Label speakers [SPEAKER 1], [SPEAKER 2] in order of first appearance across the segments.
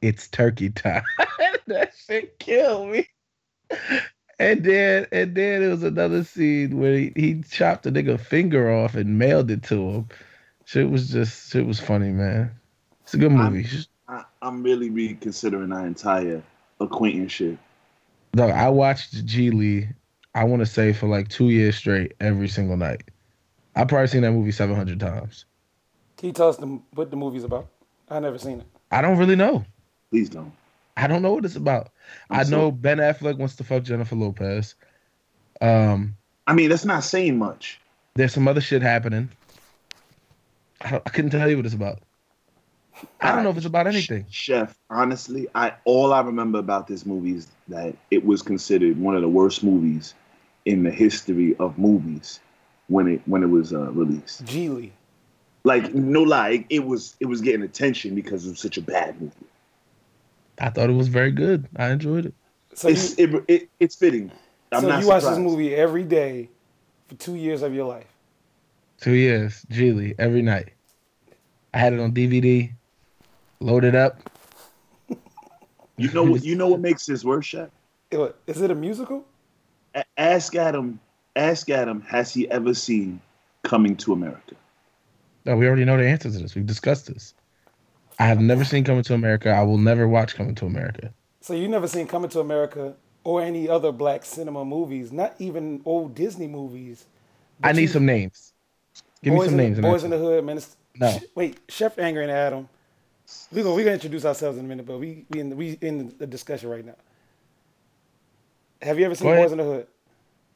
[SPEAKER 1] it's turkey time. that shit killed me. And then and then it was another scene where he, he chopped a nigga finger off and mailed it to him. Shit was just shit was funny, man. It's a good movie.
[SPEAKER 2] I, I'm really reconsidering our entire acquaintanceship.
[SPEAKER 1] Dog, I watched G Lee, I wanna say for like two years straight every single night. I've probably seen that movie seven hundred times.
[SPEAKER 3] Can you tell us the, what the movie's about? I never seen it.
[SPEAKER 1] I don't really know.
[SPEAKER 2] Please don't.
[SPEAKER 1] I don't know what it's about.
[SPEAKER 2] I'm
[SPEAKER 1] I
[SPEAKER 2] so-
[SPEAKER 1] know Ben Affleck wants to fuck Jennifer Lopez. Um,
[SPEAKER 2] I mean, that's not saying much.
[SPEAKER 1] there's some other shit happening. I, don't- I couldn't tell you what it's about. I don't know if it's about anything.
[SPEAKER 2] Chef, honestly, I all I remember about this movie is that it was considered one of the worst movies in the history of movies when it when it was uh, released.
[SPEAKER 3] Geely.
[SPEAKER 2] Like no lie, it, it was it was getting attention because it was such a bad movie.
[SPEAKER 1] I thought it was very good. I enjoyed it.
[SPEAKER 3] So you,
[SPEAKER 2] it's it, it, it's fitting. I'm
[SPEAKER 3] so
[SPEAKER 2] not
[SPEAKER 3] you watch this
[SPEAKER 2] surprised.
[SPEAKER 3] movie every day for two years of your life.
[SPEAKER 1] Two years, Geely, every night. I had it on DVD, loaded up.
[SPEAKER 2] You know what you know what makes this worse, Chef?
[SPEAKER 3] It wa- Is it a musical?
[SPEAKER 2] A- Ask Adam. Ask Adam. Has he ever seen Coming to America?
[SPEAKER 1] No, Oh, we already know the answer to this. We've discussed this. I have never seen Coming to America. I will never watch Coming to America.
[SPEAKER 3] So you never seen Coming to America or any other black cinema movies, not even old Disney movies.
[SPEAKER 1] I
[SPEAKER 3] But
[SPEAKER 1] need
[SPEAKER 3] you-
[SPEAKER 1] some names. Give me
[SPEAKER 3] Boys
[SPEAKER 1] some
[SPEAKER 3] in,
[SPEAKER 1] names. and
[SPEAKER 3] Boys in
[SPEAKER 1] answer.
[SPEAKER 3] the Hood, man. It's,
[SPEAKER 1] No.
[SPEAKER 3] Sh- wait, Chef Anger and Adam. We're gonna, we gonna introduce ourselves in a minute, but we we in the, we in the discussion right now. Have you ever seen
[SPEAKER 1] Go ahead.
[SPEAKER 3] Boys in the Hood?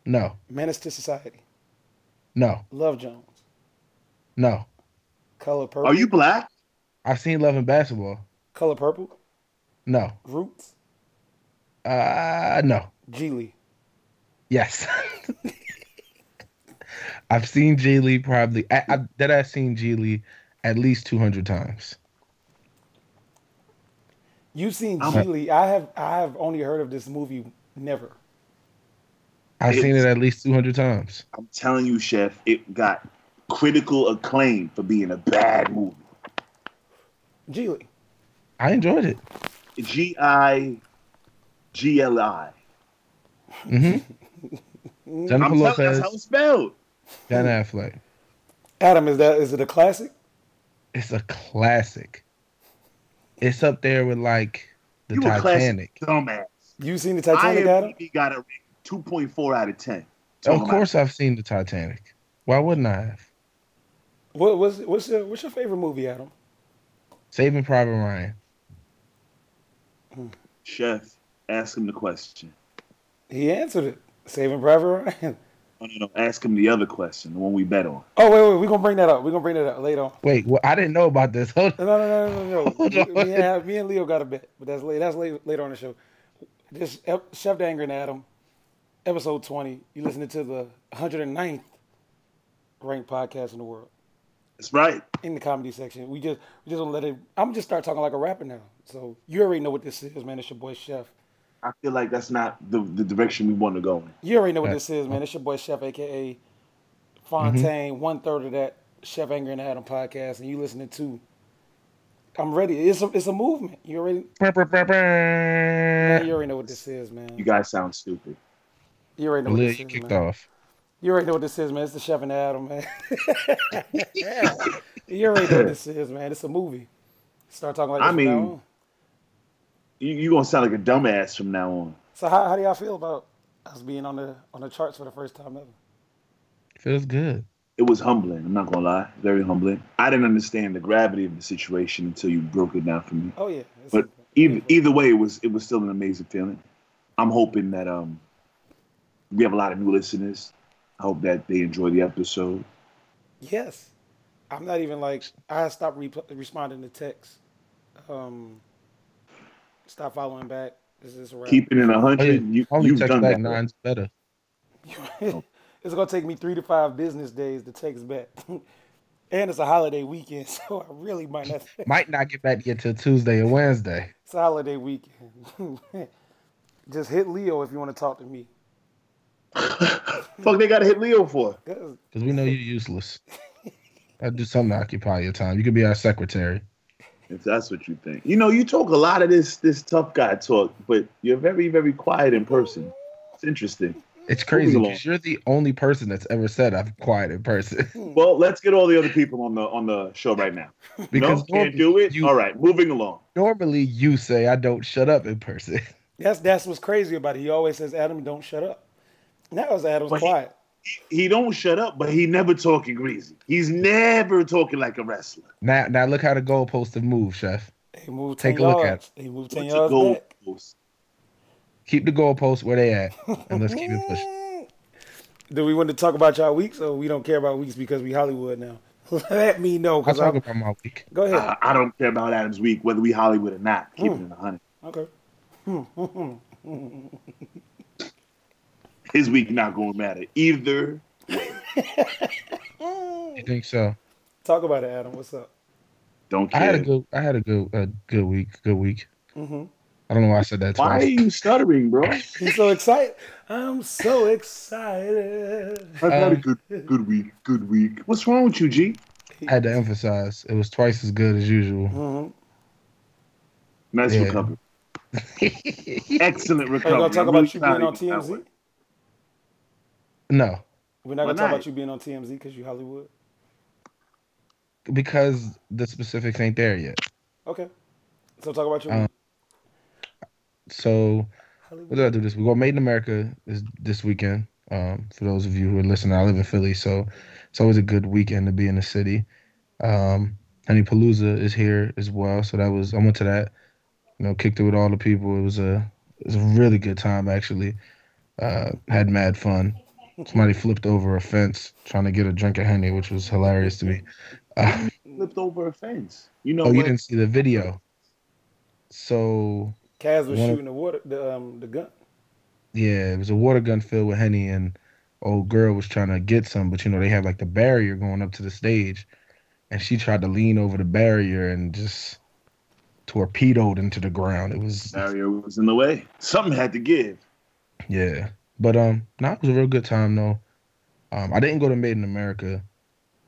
[SPEAKER 1] No,
[SPEAKER 3] Menace to Society,
[SPEAKER 1] no,
[SPEAKER 3] Love Jones,
[SPEAKER 1] no.
[SPEAKER 3] Color Purple.
[SPEAKER 2] Are you black?
[SPEAKER 1] I've seen Love and Basketball.
[SPEAKER 3] Color Purple,
[SPEAKER 1] No.
[SPEAKER 3] Roots,
[SPEAKER 1] Uh no.
[SPEAKER 3] Geely.
[SPEAKER 1] Yes. I've seen G Lee probably I, I, that I've seen G Lee at least two hundred times.
[SPEAKER 3] You've seen
[SPEAKER 2] I'm-
[SPEAKER 3] Geely. I have I have only heard of this movie never.
[SPEAKER 1] I've
[SPEAKER 2] It-
[SPEAKER 1] seen it at least two hundred times.
[SPEAKER 2] I'm telling you, Chef. It got critical acclaim for being a bad movie.
[SPEAKER 3] Geely.
[SPEAKER 1] I enjoyed it.
[SPEAKER 2] G I G L I.
[SPEAKER 1] Mm-hmm.
[SPEAKER 2] I'm
[SPEAKER 1] Jennifer
[SPEAKER 2] telling that's how
[SPEAKER 1] Lopez,
[SPEAKER 2] it's spelled.
[SPEAKER 1] Ben Affleck.
[SPEAKER 3] Adam, is that is it a classic?
[SPEAKER 1] It's a classic. It's up there with like the
[SPEAKER 2] You a classic
[SPEAKER 1] Titanic.
[SPEAKER 2] dumbass.
[SPEAKER 3] You've seen the
[SPEAKER 2] I
[SPEAKER 3] Titanic, Adam?
[SPEAKER 2] got a 2.4 out of 10.
[SPEAKER 1] Of course, I've seen the Titanic. Why wouldn't I have?
[SPEAKER 3] What what's what's your what's your favorite movie, Adam?
[SPEAKER 1] Saving Private Ryan.
[SPEAKER 2] Chef, ask him the question.
[SPEAKER 3] He answered it. Saving Private Ryan.
[SPEAKER 2] Oh, no, no, ask him the other question, the one we bet on.
[SPEAKER 3] Oh wait, wait, we're gonna bring that up. We're gonna bring that up later on.
[SPEAKER 1] Wait, well, I didn't know about this. Hold
[SPEAKER 3] No, no, no, no, no.
[SPEAKER 1] Hold
[SPEAKER 3] no.
[SPEAKER 1] on.
[SPEAKER 3] me, me and, me and Leo got a bet, but that's later. That's later, later on the show. Just ep- Chef Danger and Adam, episode twenty. You listening to the 109th ranked podcast in the world
[SPEAKER 2] That's right.
[SPEAKER 3] in the comedy section. We just we just gonna let it. I'm just start talking like a rapper now. So you already know what this is, man. It's your boy Chef.
[SPEAKER 2] I feel like that's not the, the direction we want to go in.
[SPEAKER 3] You already know what this is, man. It's your boy Chef, aka Fontaine,
[SPEAKER 1] Mm-hmm.
[SPEAKER 3] one third of that Chef Anger and Adam podcast, and you listening to. I'm ready. It's a, it's a movement. You already you
[SPEAKER 1] on.
[SPEAKER 3] already know what this is, man.
[SPEAKER 2] You guys sound stupid.
[SPEAKER 3] You already know what
[SPEAKER 1] Lil,
[SPEAKER 3] this
[SPEAKER 1] you
[SPEAKER 3] is,
[SPEAKER 1] kicked
[SPEAKER 3] man.
[SPEAKER 1] off.
[SPEAKER 3] You already know what this is, man. It's the Chef and Adam, man. you already know what this is, man. It's a movie. Start talking like
[SPEAKER 2] I
[SPEAKER 3] this from now
[SPEAKER 2] mean-
[SPEAKER 3] on.
[SPEAKER 2] You, you going to sound like a dumbass from now on.
[SPEAKER 3] So how, how do y'all feel about us being on the on the charts for the first time ever?
[SPEAKER 1] Feels good.
[SPEAKER 2] It was humbling. I'm not going to lie. Very humbling. I didn't understand the gravity of the situation until you broke it down for me.
[SPEAKER 3] Oh yeah. It's
[SPEAKER 2] But either, either way, it was it was still an amazing feeling. I'm hoping that um we have a lot of new listeners. I hope that they enjoy the episode.
[SPEAKER 3] yes. I'm not even like I stopped re- responding to texts. Um stop following back. This is a wrap.
[SPEAKER 2] Keeping it a
[SPEAKER 1] Oh, yeah.
[SPEAKER 2] hundred, you
[SPEAKER 1] Only
[SPEAKER 2] you've
[SPEAKER 1] text
[SPEAKER 2] done
[SPEAKER 1] back
[SPEAKER 2] that.
[SPEAKER 1] nine's better.
[SPEAKER 3] it's gonna take me three to five business days to text back. and it's a holiday weekend, so I really might not
[SPEAKER 1] Might not get back to you till Tuesday or Wednesday.
[SPEAKER 3] It's a holiday weekend. Just hit Leo if you want to talk to me.
[SPEAKER 2] Fuck, they got to hit Leo for.
[SPEAKER 3] 'Cause
[SPEAKER 1] Because we know you're useless. I'll do something to occupy your time. You could be our secretary.
[SPEAKER 2] If that's what you think, you know, you talk a lot of this this tough guy talk, but you're very very quiet in person. It's interesting.
[SPEAKER 1] It's crazy
[SPEAKER 2] Moving along.
[SPEAKER 1] because you're the only person that's ever said I'm quiet in person.
[SPEAKER 2] Well, let's get all the other people on the on the show right now.
[SPEAKER 1] because
[SPEAKER 2] no, can't do it.
[SPEAKER 1] You,
[SPEAKER 2] all right, moving along.
[SPEAKER 1] normally you say I don't shut up in person.
[SPEAKER 3] That's that's what's crazy about it. He always says, "Adam, don't shut up." And that was Adam's
[SPEAKER 2] But he-
[SPEAKER 3] quiet.
[SPEAKER 2] He don't shut up, but he never talking greasy. He's never talking like a wrestler.
[SPEAKER 1] Now, now look how the goalposts have moved, Chef.
[SPEAKER 3] He moved ten
[SPEAKER 1] Take a look at
[SPEAKER 3] yards. He moved ten
[SPEAKER 2] What's a
[SPEAKER 3] yards
[SPEAKER 2] goal
[SPEAKER 3] back.
[SPEAKER 2] post?
[SPEAKER 1] Keep the goalposts where they at, and let's keep it pushing.
[SPEAKER 3] Mm. Do we want to talk about y'all weeks, or we don't care about weeks because we Hollywood now? Let me know,
[SPEAKER 1] I'll
[SPEAKER 3] cause
[SPEAKER 1] talk
[SPEAKER 3] I'm,
[SPEAKER 1] about my week.
[SPEAKER 3] go ahead.
[SPEAKER 2] I, I don't care about Adam's week, whether we Hollywood or not. Keep
[SPEAKER 3] Hmm.
[SPEAKER 2] it in the hundred.
[SPEAKER 3] okay.
[SPEAKER 2] His week not going to matter either.
[SPEAKER 1] You think so?
[SPEAKER 3] Mm. Talk about it, Adam. What's up?
[SPEAKER 2] Don't
[SPEAKER 1] I had
[SPEAKER 2] care.
[SPEAKER 1] a good, I had a good, a good week, good week.
[SPEAKER 3] hmm
[SPEAKER 1] I don't know why I said that
[SPEAKER 2] Why are
[SPEAKER 1] twice.
[SPEAKER 2] you stuttering, bro?
[SPEAKER 3] He's so excited. I'm so excited.
[SPEAKER 2] I've had a
[SPEAKER 1] Um,
[SPEAKER 2] good, good week. Good week. What's wrong with you, G?
[SPEAKER 1] I had to emphasize it was twice as good as usual.
[SPEAKER 3] Mm-hmm.
[SPEAKER 2] Nice
[SPEAKER 1] Yeah.
[SPEAKER 2] recovery. Excellent
[SPEAKER 3] Are you
[SPEAKER 2] recovery.
[SPEAKER 3] gonna talk
[SPEAKER 2] I'm really
[SPEAKER 3] about you being
[SPEAKER 2] sorry
[SPEAKER 3] on
[SPEAKER 2] that one.
[SPEAKER 3] TMZ?
[SPEAKER 1] no,
[SPEAKER 2] Why
[SPEAKER 3] We're not gonna talk
[SPEAKER 2] not?
[SPEAKER 3] about you being on TMZ because you Hollywood.
[SPEAKER 1] because the specifics ain't there yet.
[SPEAKER 3] Okay. So talk about your
[SPEAKER 1] Um,
[SPEAKER 3] week.
[SPEAKER 1] So What
[SPEAKER 3] Hollywood.
[SPEAKER 1] did I do this week? Well, Made in America is this weekend. Um, for those of you who are listening, I live in Philly, so it's always a good weekend to be in the city. Um, Honey Palooza is here as well, so that was I went to that. You know, kicked it with all the people. It was a it was a really good time actually. Uh, had mad fun. Somebody flipped over a fence trying to get a drink of honey, which was hilarious to me. Uh,
[SPEAKER 2] Flipped over a fence. You know
[SPEAKER 1] oh, you
[SPEAKER 2] what?
[SPEAKER 1] didn't see the video. So
[SPEAKER 3] Kaz was
[SPEAKER 1] One-
[SPEAKER 3] shooting the water, the um, the gun.
[SPEAKER 1] Yeah, it was a water gun filled with henny, and old girl was trying to get some, but you know they had like the barrier going up to the stage, and she tried to lean over the barrier and just torpedoed into the ground. It was
[SPEAKER 2] Mario was in the way. Something had to give.
[SPEAKER 1] yeah, but um, no, it was a real good time though. Um, I didn't go to Made in America,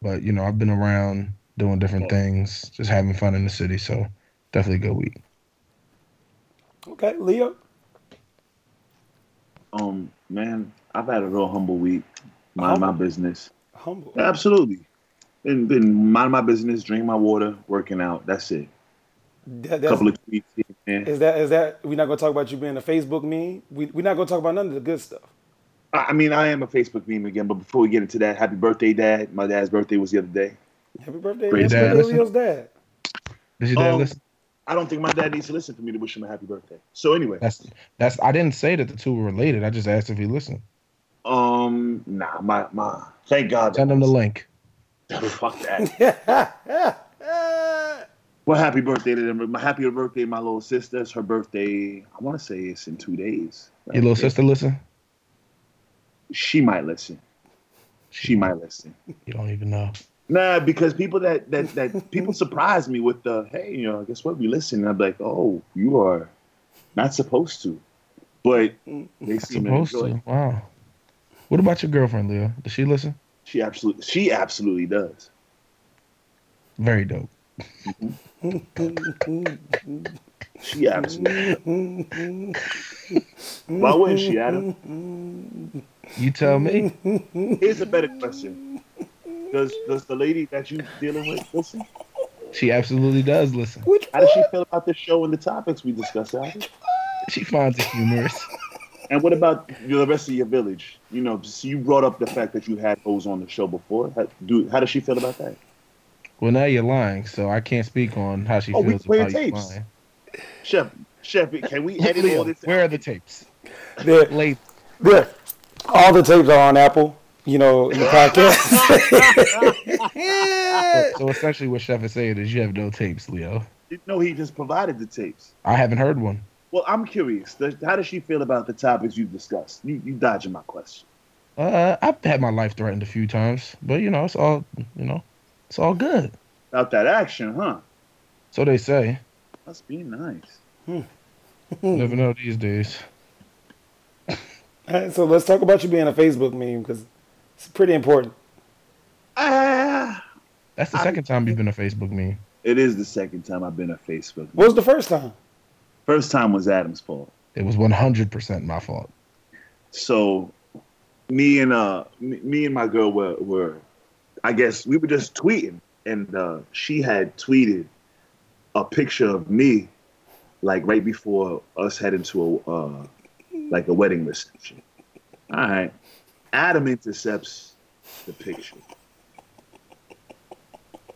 [SPEAKER 1] but you know I've been around doing different
[SPEAKER 2] Yeah.
[SPEAKER 1] things, just having fun in the city. So definitely a good week.
[SPEAKER 3] Okay, Leo.
[SPEAKER 2] Um, man, I've had a real humble week. Mind my
[SPEAKER 3] Humble?
[SPEAKER 2] business.
[SPEAKER 3] Humble.
[SPEAKER 2] Absolutely. Been been mind my business, drink my water, working out. That's it.
[SPEAKER 3] That-
[SPEAKER 2] A
[SPEAKER 3] that's-
[SPEAKER 2] couple of tweets here and there.
[SPEAKER 3] is that is that we're not gonna talk about you being a Facebook meme? We we're not gonna talk about none of the good stuff.
[SPEAKER 2] I I mean, I am a Facebook meme again, but before we get into that, happy birthday, Dad. My dad's birthday was the other day.
[SPEAKER 3] Happy birthday,
[SPEAKER 2] Great
[SPEAKER 3] That's
[SPEAKER 1] dad.
[SPEAKER 3] what Leo's dad.
[SPEAKER 1] Did you dad
[SPEAKER 2] Um,
[SPEAKER 1] listen?
[SPEAKER 2] I don't think my dad needs to listen for me to wish him a happy birthday. So anyway,
[SPEAKER 1] That's that's I didn't say that the two were related. I just asked if he listened.
[SPEAKER 2] um, nah, my my, thank God.
[SPEAKER 1] Send him the link.
[SPEAKER 2] Fuck that.
[SPEAKER 3] Happy
[SPEAKER 2] Well, happy birthday to them. My happy birthday, my little sister. It's her birthday. I want to say it's in two days.
[SPEAKER 1] Your little sister listen?
[SPEAKER 2] She might listen. She might listen.
[SPEAKER 1] You don't even know.
[SPEAKER 2] Nah, because people that that that people surprise me with the hey, you know, guess what? We listen. And I'm like, oh, you are not supposed to, but they seem to
[SPEAKER 1] Supposed
[SPEAKER 2] enjoy. it.
[SPEAKER 1] to. Wow. What about your girlfriend, Leo? Does she listen?
[SPEAKER 2] She absolutely, she absolutely does.
[SPEAKER 1] Very dope.
[SPEAKER 2] She absolutely. Why wouldn't she, Adam?
[SPEAKER 1] You tell me.
[SPEAKER 2] Here's a better question: Does does the lady that you dealing with listen?
[SPEAKER 1] She absolutely does listen.
[SPEAKER 2] How does she feel about the show and the topics we discuss, Adam?
[SPEAKER 1] She finds it humorous.
[SPEAKER 2] And what about the rest of your village? You know, so you brought up the fact that you had hoes on the show before. How, do how does she feel about that?
[SPEAKER 1] Well, now you're lying, so I can't speak on how she
[SPEAKER 2] Oh, we
[SPEAKER 1] feels
[SPEAKER 2] play
[SPEAKER 1] about you
[SPEAKER 2] tapes.
[SPEAKER 1] lying.
[SPEAKER 2] Chef, Chef, can we edit all
[SPEAKER 1] Leo,
[SPEAKER 2] this?
[SPEAKER 1] where are the tapes?
[SPEAKER 3] There,
[SPEAKER 1] Late.
[SPEAKER 3] there. All the tapes are on Apple. You know, in the podcast.
[SPEAKER 1] So essentially, what Chef is saying is you have no tapes, Leo.
[SPEAKER 2] No, he just provided the tapes.
[SPEAKER 1] I haven't heard one.
[SPEAKER 2] Well, I'm curious. Does- How does she feel about the topics you've discussed? You, you dodging my question.
[SPEAKER 1] Uh, I've had my life threatened a few times, but you know, it's all you know, it's all good.
[SPEAKER 2] About that action, huh?
[SPEAKER 1] So they say.
[SPEAKER 2] Must be nice.
[SPEAKER 1] Never know these days.
[SPEAKER 3] so let's talk about you being a Facebook meme because it's pretty important.
[SPEAKER 2] Ah,
[SPEAKER 1] That's the
[SPEAKER 2] I-
[SPEAKER 1] Ah. second time you've been a Facebook meme.
[SPEAKER 2] It is the second time I've been on Facebook.
[SPEAKER 3] What was the first time?
[SPEAKER 2] First time was Adam's fault.
[SPEAKER 1] It was 100% my fault.
[SPEAKER 2] So me and uh me, me and my girl were were I guess we were just tweeting and uh she had tweeted a picture of me like right before us heading to a uh like a wedding reception. All right. Adam intercepts the picture.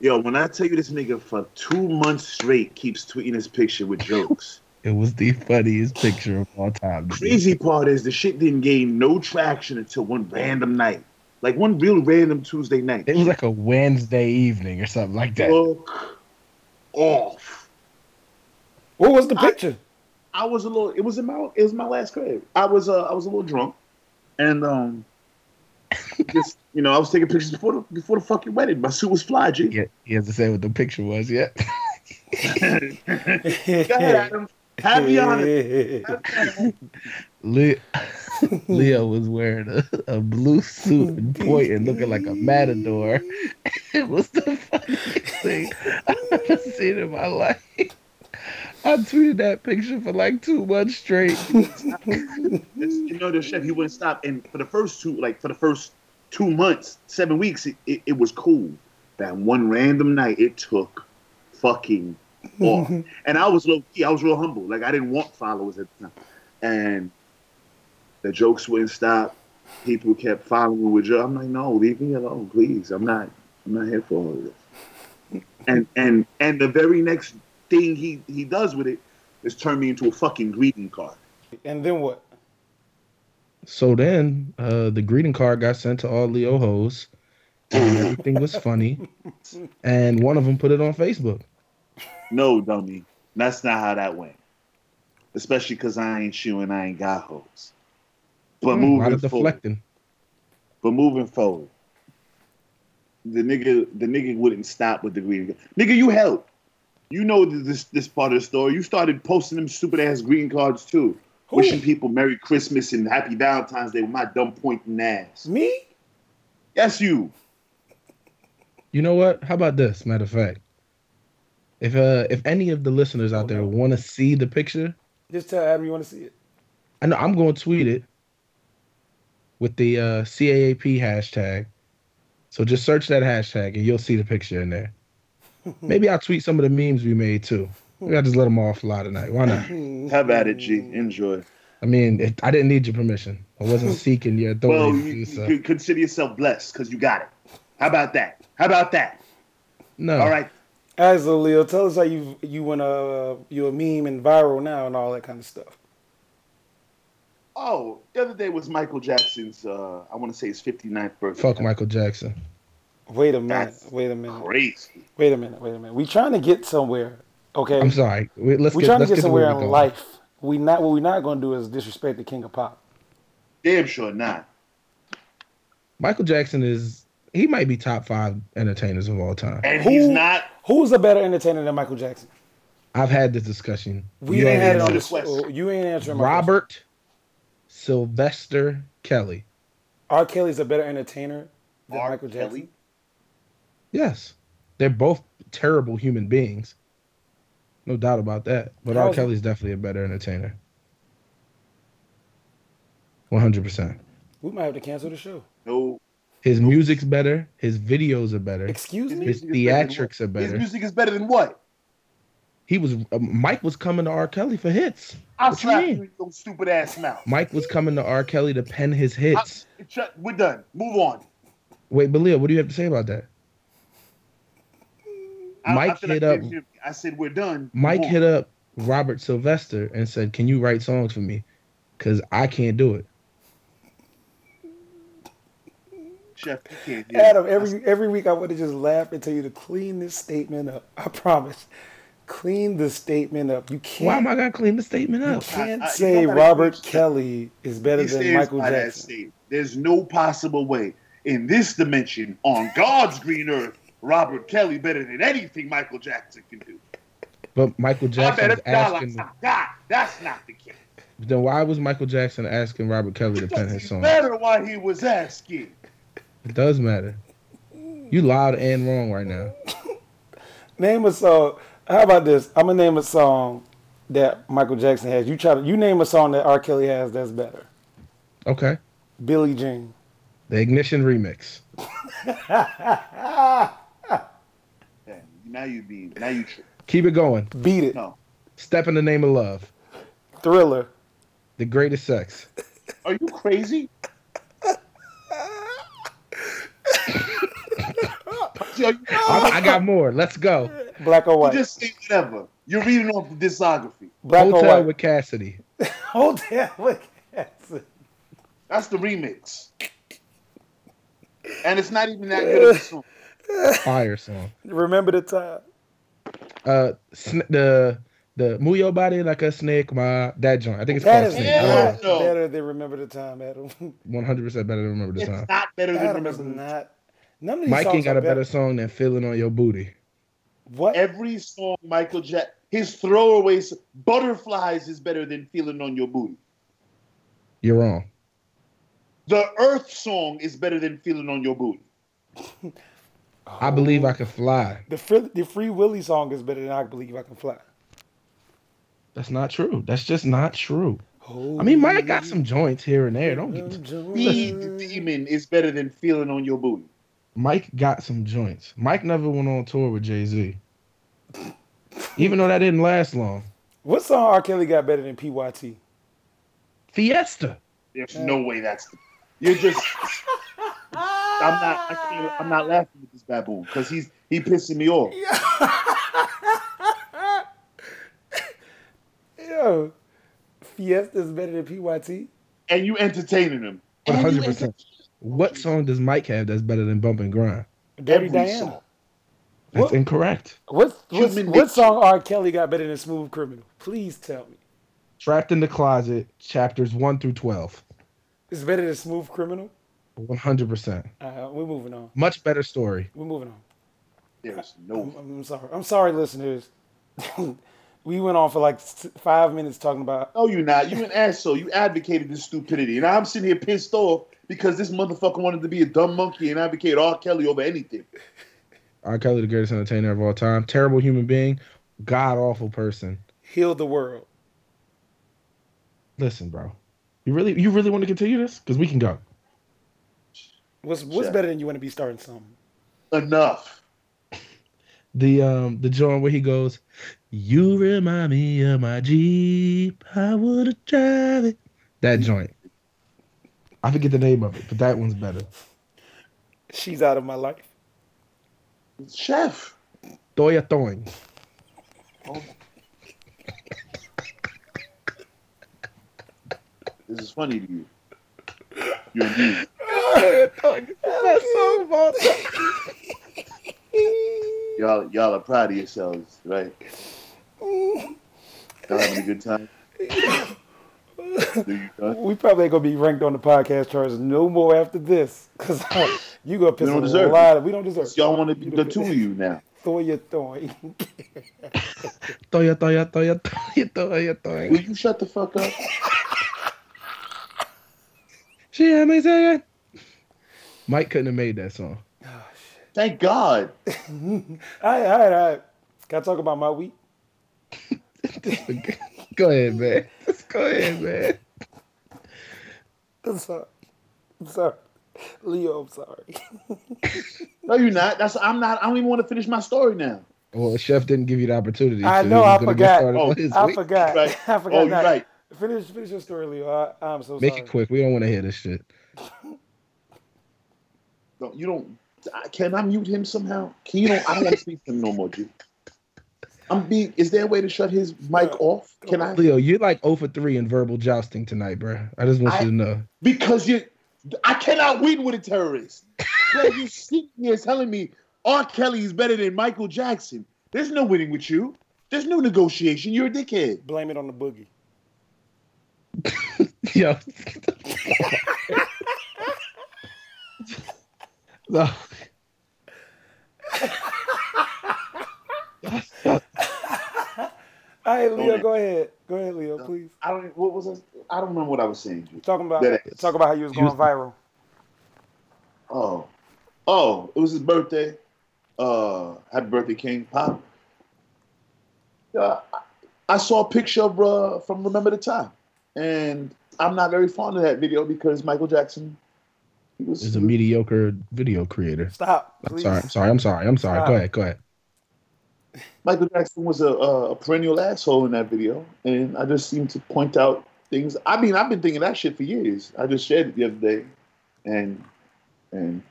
[SPEAKER 2] Yo, when I tell you this nigga for two months straight keeps tweeting his picture with jokes.
[SPEAKER 1] It was the funniest picture of all time. to me.
[SPEAKER 2] Crazy part is the shit didn't gain no traction until one random night. Like one real random Tuesday night.
[SPEAKER 1] It was like a Wednesday evening or something like that.
[SPEAKER 2] Fuck off.
[SPEAKER 3] What was the
[SPEAKER 2] I-
[SPEAKER 3] picture?
[SPEAKER 2] I was a little. It was in my. It was my last crib. I was. Uh, I was a little drunk, and um, just you know, I was taking pictures before the before the fucking wedding. My suit was fly, G.
[SPEAKER 1] Yeah, he hasn't said what the picture was yet.
[SPEAKER 2] Go ahead, Adam. Have me on it.
[SPEAKER 1] Le- Leo was wearing a, a blue suit and pointing, looking like a matador. It was the funniest thing I've ever seen in my life. I tweeted that picture for like two months straight.
[SPEAKER 2] It's- You know, the chef. He wouldn't stop. And for the first two, like for the first two months, seven weeks, it, it, it was cool. That one random night, it took fucking off. and I was low key. I was real humble. Like I didn't want followers at the time, and the jokes wouldn't stop. People kept following me with jokes. I'm like, no, leave me alone, please. I'm not. I'm not here for all of this. And and and the very next thing he he does with it is turn me into a fucking greeting card.
[SPEAKER 3] and then what?
[SPEAKER 1] So then uh, the greeting card got sent to all Leo hoes. And everything was funny. And one of them put it on Facebook.
[SPEAKER 2] No, dummy, that's not how that went. Especially because I ain't you and I ain't got hoes. But
[SPEAKER 1] Hmm, a lot
[SPEAKER 2] moving
[SPEAKER 1] of
[SPEAKER 2] forward,
[SPEAKER 1] deflecting.
[SPEAKER 2] But moving forward, the nigga, the nigga wouldn't stop with the greeting. Nigga, you helped. You know th- this this part of the story. You started posting them stupid ass greeting cards too,
[SPEAKER 3] Who?
[SPEAKER 2] wishing people Merry Christmas and Happy Valentine's Day with my dumb pointing ass.
[SPEAKER 3] Me?
[SPEAKER 2] Yes, you.
[SPEAKER 1] You know what? How about this? Matter of fact, if uh if any of the listeners out
[SPEAKER 3] Oh,
[SPEAKER 1] there
[SPEAKER 3] no.
[SPEAKER 1] want to see the picture,
[SPEAKER 3] Just tell Adam you want to see it.
[SPEAKER 1] I know I'm going to tweet it with the uh, CAAP hashtag. So just search that hashtag and you'll see the picture in there. Maybe I'll tweet some of the memes we made too. Maybe I'll just let them all fly tonight. Why not?
[SPEAKER 2] How about it, G? Enjoy.
[SPEAKER 1] I mean, it, I didn't need your permission. I wasn't seeking your authority
[SPEAKER 2] Well,
[SPEAKER 1] to
[SPEAKER 2] you,
[SPEAKER 1] do
[SPEAKER 2] you
[SPEAKER 1] so.
[SPEAKER 2] could consider yourself blessed because you got it. How about that? How about that?
[SPEAKER 1] no.
[SPEAKER 2] All right.
[SPEAKER 3] All right, so Leo, tell us how you you went uh you a meme and viral now and all that kind of stuff.
[SPEAKER 2] Oh, the other day was Michael Jackson's. uh I want to say his 59th birthday.
[SPEAKER 1] Fuck Michael Jackson.
[SPEAKER 3] Wait a minute.
[SPEAKER 2] That's
[SPEAKER 3] Wait a minute.
[SPEAKER 2] Crazy.
[SPEAKER 3] Wait a minute. Wait a minute. We trying to get somewhere. Okay.
[SPEAKER 1] I'm sorry. Wait, let's
[SPEAKER 3] we
[SPEAKER 1] get,
[SPEAKER 3] trying to
[SPEAKER 1] let's
[SPEAKER 3] get
[SPEAKER 1] to
[SPEAKER 3] somewhere
[SPEAKER 1] where
[SPEAKER 3] in
[SPEAKER 1] we're going.
[SPEAKER 3] life. We not what we're not going to do is disrespect the king of pop.
[SPEAKER 2] Damn sure not.
[SPEAKER 1] Michael Jackson is he might be top five entertainers of all time.
[SPEAKER 2] And
[SPEAKER 3] Who-
[SPEAKER 2] he's not.
[SPEAKER 3] Who's a better entertainer than Michael Jackson?
[SPEAKER 1] I've had this discussion.
[SPEAKER 3] We
[SPEAKER 1] You
[SPEAKER 3] ain't
[SPEAKER 1] already
[SPEAKER 3] had it
[SPEAKER 1] know
[SPEAKER 3] on the
[SPEAKER 1] this.
[SPEAKER 2] question.
[SPEAKER 3] show. Oh, You ain't answering my question.
[SPEAKER 1] Robert Sylvester Kelly.
[SPEAKER 3] R. Kelly's a better entertainer than
[SPEAKER 2] R.
[SPEAKER 3] Michael Jackson.
[SPEAKER 2] Kelly?
[SPEAKER 1] Yes, they're both terrible human beings. No doubt about that. But R.
[SPEAKER 3] How's-
[SPEAKER 1] Kelly's definitely a better entertainer. One hundred percent.
[SPEAKER 3] We might have to cancel the show.
[SPEAKER 2] No.
[SPEAKER 1] His music's better. His videos are better.
[SPEAKER 3] Excuse
[SPEAKER 2] His
[SPEAKER 3] me.
[SPEAKER 1] His
[SPEAKER 2] music is better than
[SPEAKER 1] theatrics
[SPEAKER 2] what?
[SPEAKER 1] are better.
[SPEAKER 2] His music is better than what?
[SPEAKER 1] He was uh, Mike was coming to R. Kelly for hits.
[SPEAKER 2] I'll
[SPEAKER 1] What you
[SPEAKER 2] slap
[SPEAKER 1] mean?
[SPEAKER 2] you in your stupid ass mouth.
[SPEAKER 1] Mike was coming to R. Kelly to pen his
[SPEAKER 2] Uh,
[SPEAKER 1] hits.
[SPEAKER 2] Shut- We're done. Move on.
[SPEAKER 1] Wait, but Leo, what do you have to say about that?
[SPEAKER 2] I, I
[SPEAKER 1] Mike
[SPEAKER 2] feel
[SPEAKER 1] hit
[SPEAKER 2] like you
[SPEAKER 1] up
[SPEAKER 2] didn't hear me. I said we're done.
[SPEAKER 1] Mike
[SPEAKER 2] Move on.
[SPEAKER 1] hit up Robert Sylvester and said, "Can you write songs for me? Cause I can't do it."
[SPEAKER 2] Chef, you can't hear me.
[SPEAKER 3] Adam, every every week I would have just laughed and tell you to clean this statement up. I promise. Clean the statement up. You can't
[SPEAKER 1] Why am I gonna clean the statement
[SPEAKER 3] you
[SPEAKER 1] up?
[SPEAKER 3] can't
[SPEAKER 2] I- I- you
[SPEAKER 3] say
[SPEAKER 2] don't gotta
[SPEAKER 3] Robert
[SPEAKER 2] clean-
[SPEAKER 3] Kelly is better
[SPEAKER 2] He
[SPEAKER 3] than
[SPEAKER 2] stands
[SPEAKER 3] Michael
[SPEAKER 2] by that
[SPEAKER 3] Jackson.
[SPEAKER 2] statement. There's no possible way in this dimension on God's green earth Robert Kelly better than anything Michael Jackson can do.
[SPEAKER 1] But Michael
[SPEAKER 2] I
[SPEAKER 1] Jackson was
[SPEAKER 2] bet a dollar
[SPEAKER 1] asking.
[SPEAKER 2] I got. That's not the case.
[SPEAKER 1] Then why was Michael Jackson asking Robert Kelly to pen his
[SPEAKER 2] Doesn't
[SPEAKER 1] song?
[SPEAKER 2] matter why he was asking.
[SPEAKER 1] It does matter. You loud and wrong right now.
[SPEAKER 3] Name a song. How about this? I'm gonna name a song that Michael Jackson has. You try to. You name a song that R. Kelly has that's better.
[SPEAKER 1] Okay.
[SPEAKER 3] Billie Jean.
[SPEAKER 1] The Ignition remix.
[SPEAKER 2] Yeah, now you be now you tri-
[SPEAKER 1] Keep it going.
[SPEAKER 3] Beat it.
[SPEAKER 2] no.
[SPEAKER 1] Step in the name of love.
[SPEAKER 3] Thriller.
[SPEAKER 1] The greatest sex.
[SPEAKER 2] Are you crazy? See, are you-
[SPEAKER 1] I, I got more. Let's go.
[SPEAKER 3] Black or
[SPEAKER 2] you
[SPEAKER 3] white.
[SPEAKER 2] just say whatever. You're reading off the discography.
[SPEAKER 3] Black or
[SPEAKER 1] Hotel
[SPEAKER 3] white.
[SPEAKER 1] with Cassidy.
[SPEAKER 3] Hotel with Cassidy.
[SPEAKER 2] That's the remix. And it's not even that good of a song.
[SPEAKER 1] Fire song.
[SPEAKER 3] Remember the time.
[SPEAKER 1] Uh, sn- the the move your body like a snake. My that joint. I think it's
[SPEAKER 3] That
[SPEAKER 1] called
[SPEAKER 3] is
[SPEAKER 1] snake.
[SPEAKER 2] Yeah.
[SPEAKER 1] I don't know.
[SPEAKER 3] not
[SPEAKER 2] no.
[SPEAKER 3] better than Remember the Time, Adam.
[SPEAKER 1] One hundred percent better than remember the
[SPEAKER 2] It's
[SPEAKER 1] time.
[SPEAKER 2] not better than
[SPEAKER 3] Adam is
[SPEAKER 2] remember.
[SPEAKER 3] not. None of these
[SPEAKER 1] Mike
[SPEAKER 3] songs
[SPEAKER 1] ain't got
[SPEAKER 3] are
[SPEAKER 1] a better song than feeling on your booty.
[SPEAKER 3] What?
[SPEAKER 2] Every song Michael Jack, his throwaways, butterflies is better than feeling on your booty.
[SPEAKER 1] You're wrong.
[SPEAKER 2] The Earth song is better than feeling on your booty.
[SPEAKER 1] I believe I can fly.
[SPEAKER 3] The free, the free Willy song is better than I believe I can fly.
[SPEAKER 1] That's not true. That's just not true.
[SPEAKER 3] Oh,
[SPEAKER 1] I mean, Mike got some joints here and there. Don't get
[SPEAKER 3] Mm.
[SPEAKER 2] Be the
[SPEAKER 3] get.
[SPEAKER 2] demon is better than feeling on your booty.
[SPEAKER 1] Mike got some joints. Mike never went on tour with Jay Z, even though that didn't last long.
[SPEAKER 3] What song R. Kelly got better than PYT?
[SPEAKER 1] Fiesta.
[SPEAKER 2] There's no way that's. The, you're just. I'm not. I can't, I'm not laughing with this baboon because he's he pissing me off.
[SPEAKER 3] Yo, Fiesta's better than PYT.
[SPEAKER 2] And you entertaining him.
[SPEAKER 1] One hundred percent. What song does Mike have that's better than Bump and Grind?
[SPEAKER 3] Dirty
[SPEAKER 2] Every
[SPEAKER 3] Diana.
[SPEAKER 2] song.
[SPEAKER 1] That's
[SPEAKER 3] What?
[SPEAKER 1] incorrect.
[SPEAKER 3] What, what,
[SPEAKER 2] Human
[SPEAKER 3] what
[SPEAKER 2] nature.
[SPEAKER 3] song R. Kelly got better than Smooth Criminal? Please tell me.
[SPEAKER 1] Trapped in the Closet, chapters one through twelve.
[SPEAKER 3] It's better than Smooth Criminal?
[SPEAKER 1] One hundred percent.
[SPEAKER 3] Uh, we're moving on.
[SPEAKER 1] Much better story.
[SPEAKER 3] We're moving on.
[SPEAKER 2] There's
[SPEAKER 3] I'm,
[SPEAKER 2] no.
[SPEAKER 3] Oh, I'm sorry. I'm sorry, listeners. we went on for like s- five minutes talking about.
[SPEAKER 2] No, you're not. You an asshole. You advocated this stupidity, and I'm sitting here pissed off because this motherfucker wanted to be a dumb monkey and advocate R. Kelly over anything.
[SPEAKER 1] R. Kelly, the greatest entertainer of all time. Terrible human being. God awful person.
[SPEAKER 3] Heal the world.
[SPEAKER 1] Listen, bro. You really you really want to continue this? Because we can go.
[SPEAKER 3] What's what's
[SPEAKER 2] Sure.
[SPEAKER 3] better than you want to be starting something?
[SPEAKER 2] Enough.
[SPEAKER 1] The um the joint where he goes, You remind me of my Jeep. I would drive it. That joint. I forget the name of it, but that one's better.
[SPEAKER 3] She's out of my life.
[SPEAKER 2] Chef.
[SPEAKER 1] Thoya Thorne.
[SPEAKER 2] This is funny to you. You're a dude. Y'all, y'all are proud of yourselves, right? Y'all having a good time? Do you, huh?
[SPEAKER 3] We probably ain't gonna be ranked on the podcast charts no more after this, cause you gonna
[SPEAKER 2] We
[SPEAKER 3] piss
[SPEAKER 2] don't
[SPEAKER 3] off a
[SPEAKER 2] deserve
[SPEAKER 3] lot. Of, we don't deserve.
[SPEAKER 2] Y'all want to be the two of you now.
[SPEAKER 3] Throw your thorn.
[SPEAKER 1] Thoya Thoya Thoya Thoya Thoya Thorne.
[SPEAKER 2] Will you shut the fuck up?
[SPEAKER 1] She had me saying. Mike couldn't have made that song.
[SPEAKER 2] Thank God.
[SPEAKER 3] all right, all right, all right. Can I talk about my week?
[SPEAKER 1] go ahead, man. Just go ahead, man.
[SPEAKER 3] I'm sorry. I'm sorry, Leo. I'm sorry.
[SPEAKER 2] No, you're not. That's I'm not. I don't even want to finish my story now.
[SPEAKER 1] Well, Chef didn't give you the opportunity.
[SPEAKER 3] I
[SPEAKER 1] so
[SPEAKER 3] know,
[SPEAKER 1] he was
[SPEAKER 3] I
[SPEAKER 1] gonna get
[SPEAKER 3] forgot.
[SPEAKER 1] started
[SPEAKER 2] Oh,
[SPEAKER 1] on his
[SPEAKER 3] I
[SPEAKER 1] week.
[SPEAKER 3] forgot.
[SPEAKER 2] Right.
[SPEAKER 3] I forgot.
[SPEAKER 2] Oh, you're
[SPEAKER 3] Nah,
[SPEAKER 2] right.
[SPEAKER 3] Finish, finish your story, Leo. I, I'm so
[SPEAKER 1] Make
[SPEAKER 3] sorry.
[SPEAKER 1] it quick. We don't want to hear this shit.
[SPEAKER 2] Don't, you don't. I- Can I mute him somehow? Can you? Don't, I don't want to speak to him no more, G. I'm being. Is there a way to shut his mic off? Can I?
[SPEAKER 1] Leo, you're like 0 for 3 in verbal jousting tonight, bruh. I just want
[SPEAKER 2] I-
[SPEAKER 1] you to know.
[SPEAKER 2] Because you, I cannot win with a terrorist. Like you sitting here telling me R. Kelly is better than Michael Jackson. There's no winning with you. There's no negotiation. You're a dickhead.
[SPEAKER 3] Blame it on the boogie.
[SPEAKER 1] Yo. no.
[SPEAKER 3] All right, Leo,
[SPEAKER 2] Don't it.
[SPEAKER 3] go ahead. Go ahead, Leo, please.
[SPEAKER 2] I don't. What was I? I don't remember what I was saying. G.
[SPEAKER 3] Talking about
[SPEAKER 2] That is-
[SPEAKER 3] talk about how you was going
[SPEAKER 1] was-
[SPEAKER 3] viral.
[SPEAKER 2] Oh, oh, it was his birthday. Uh, happy birthday, King Pop. Uh, I saw a picture of uh, from Remember the Time, and I'm not very fond of that video because Michael Jackson. He was,
[SPEAKER 1] Is a mediocre video creator.
[SPEAKER 3] Stop.
[SPEAKER 1] I'm
[SPEAKER 3] Please. Uh,
[SPEAKER 1] sorry. I'm sorry. I'm sorry. I'm sorry. Go
[SPEAKER 3] Stop.
[SPEAKER 1] ahead. Go ahead.
[SPEAKER 2] Michael Jackson was a, a a perennial asshole in that video, and I just seem to point out things. I mean, I've been thinking that shit for years. I just shared it the other day, and and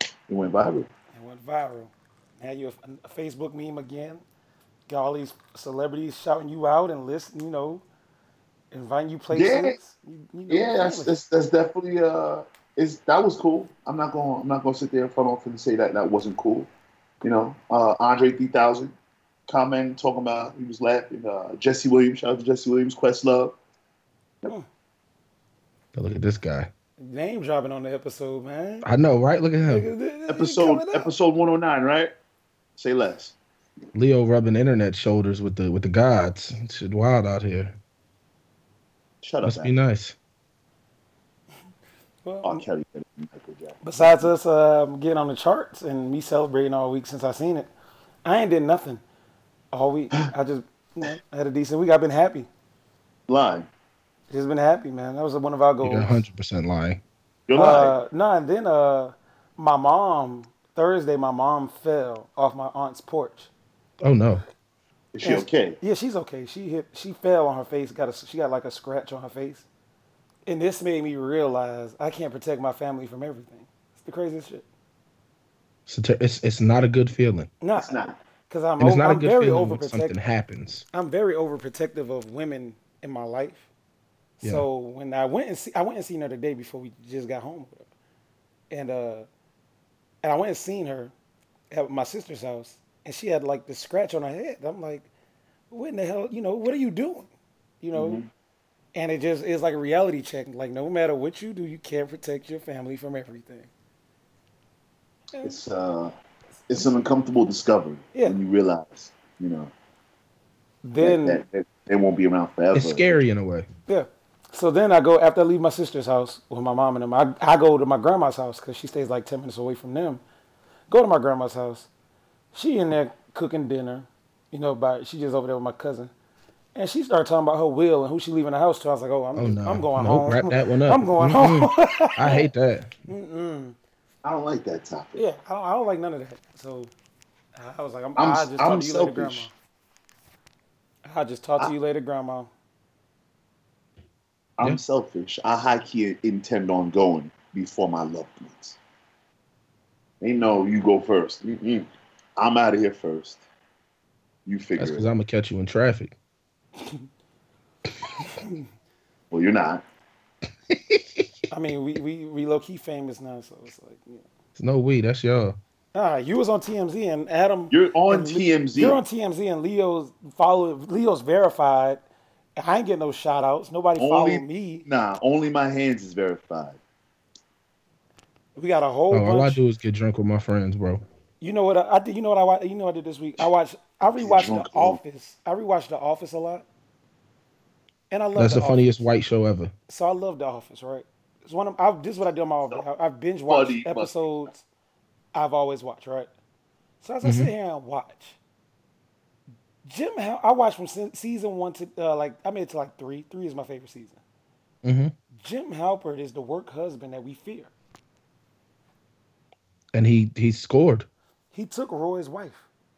[SPEAKER 2] it went viral.
[SPEAKER 3] It went viral. Now you're a Facebook meme again. Got all these celebrities shouting you out and list, you know, inviting you places. You, you know,
[SPEAKER 2] Yeah, that's,
[SPEAKER 3] famous.
[SPEAKER 2] that's that's definitely uh, is that was cool. I'm not going. to I'm not going to sit there in front of and say that that wasn't cool. You know, uh, Andre 3000 comment talking about he was laughing. Uh, Jesse Williams, shout out to Jesse Williams, Questlove.
[SPEAKER 1] Now Look at this guy.
[SPEAKER 3] name dropping on the episode, man.
[SPEAKER 1] I know, right? Look at him.
[SPEAKER 2] Episode episode 109, right? Say less.
[SPEAKER 1] Leo rubbing internet shoulders with the with the gods. Shit wild out here.
[SPEAKER 2] Shut
[SPEAKER 1] Must
[SPEAKER 2] up.
[SPEAKER 1] be
[SPEAKER 2] man.
[SPEAKER 1] nice.
[SPEAKER 2] R.
[SPEAKER 3] Well,
[SPEAKER 2] Kelly, better than Michael Jackson.
[SPEAKER 3] besides us um, getting on the charts and me celebrating all week since I seen it, I ain't did nothing all week. I just you know, had a decent week. I've been happy.
[SPEAKER 2] Lying.
[SPEAKER 3] Just been happy, man. That was one of our
[SPEAKER 1] You're
[SPEAKER 3] goals.
[SPEAKER 1] 100 percent lying.
[SPEAKER 2] You're lying.
[SPEAKER 3] Uh, no, and then uh, my mom Thursday, my mom fell off my aunt's porch.
[SPEAKER 1] Oh no.
[SPEAKER 2] Is she
[SPEAKER 3] and-
[SPEAKER 2] okay?
[SPEAKER 3] Yeah, she's okay. She hit, she fell on her face. Got a, she got like a scratch on her face, and this made me realize I can't protect my family from everything. It's the craziest shit.
[SPEAKER 1] It's a ter- it's, it's not a good feeling.
[SPEAKER 3] No,
[SPEAKER 2] It's not.
[SPEAKER 3] because I'm,
[SPEAKER 1] And it's
[SPEAKER 3] o-
[SPEAKER 1] not a
[SPEAKER 3] Oh, I'm
[SPEAKER 1] good
[SPEAKER 3] very
[SPEAKER 1] feeling when something
[SPEAKER 3] overprotective.
[SPEAKER 1] happens.
[SPEAKER 3] I'm very overprotective of women in my life.
[SPEAKER 1] Yeah.
[SPEAKER 3] So when I went and see, I went and seen her the day before we just got home, with her. and uh, and I went and seen her at my sister's house, and she had like the scratch on her head. I'm like, what in the hell, you know, what are you doing, you know? And it just is like a reality check. Like no matter what you do, you can't protect your family from everything.
[SPEAKER 2] It's uh, it's an uncomfortable discovery
[SPEAKER 3] Yeah.
[SPEAKER 2] when you realize, you know,
[SPEAKER 3] Then.
[SPEAKER 2] that, that they won't be around forever.
[SPEAKER 1] It's scary in a way.
[SPEAKER 3] Yeah. So then I go after I leave my sister's house with my mom and them. I, I go to my grandma's house because she stays like ten minutes away from them. Go to my grandma's house. She in there cooking dinner, you know. By she just over there with my cousin, and she started talking about her will and who she leaving the house to. I was like, oh, I'm,
[SPEAKER 1] Oh no.
[SPEAKER 3] I'm going
[SPEAKER 1] Nope,
[SPEAKER 3] home.
[SPEAKER 1] Wrap that one up.
[SPEAKER 3] I'm going
[SPEAKER 1] Mm-mm.
[SPEAKER 3] home.
[SPEAKER 1] I hate that.
[SPEAKER 2] I don't like that topic.
[SPEAKER 3] yeah, I don't, I don't like none of that. So I was like, I'm,
[SPEAKER 2] I'm-
[SPEAKER 3] i just talk
[SPEAKER 2] I'm
[SPEAKER 3] to you later, grandma.
[SPEAKER 2] selfish.
[SPEAKER 3] I will just talk to you later, grandma.
[SPEAKER 2] I'm
[SPEAKER 1] Yeah.
[SPEAKER 2] selfish. I high key intend on going before my loved ones. They know you go 1st i Mm-mm. I'm out of here first. You figure
[SPEAKER 1] That's
[SPEAKER 2] it.
[SPEAKER 1] because I'm gonna catch you in traffic.
[SPEAKER 2] well, you're not.
[SPEAKER 3] I mean, we we, we low key famous now, so it's like, you know.
[SPEAKER 1] It's no we. That's y'all.
[SPEAKER 3] Ah, you was on TMZ and Adam.
[SPEAKER 2] You're on
[SPEAKER 3] and Le-
[SPEAKER 2] TMZ.
[SPEAKER 3] You're on TMZ and Leo's follow. Leo's verified. I ain't getting no shout outs. Nobody
[SPEAKER 2] Only-
[SPEAKER 3] followed me.
[SPEAKER 2] Nah, only my hands is verified.
[SPEAKER 3] We got a whole
[SPEAKER 1] Oh, all I
[SPEAKER 3] bunch.
[SPEAKER 1] do is get drunk with my friends, bro.
[SPEAKER 3] You know what I, I did? You know what I wa- you know what I did this week? I watched. I rewatched The
[SPEAKER 2] drunk, bro.
[SPEAKER 3] Office. I rewatched The Office a lot, and I love.
[SPEAKER 1] That's the
[SPEAKER 3] Office.
[SPEAKER 1] funniest white show ever.
[SPEAKER 3] So I love The Office, right? It's one of I, this is what I do on my off day. I, I've binge watched
[SPEAKER 2] Buddy, buddy.
[SPEAKER 3] episodes I've always watched, right? So as I sit here and watch, Jim, Hel- I watched from se- season one to uh, like I made it to like three. Three is my favorite season. Mm-hmm.
[SPEAKER 1] Mhm.
[SPEAKER 3] Jim Halpert is the work husband that we fear.
[SPEAKER 1] And he he scored.
[SPEAKER 3] He took Roy's wife,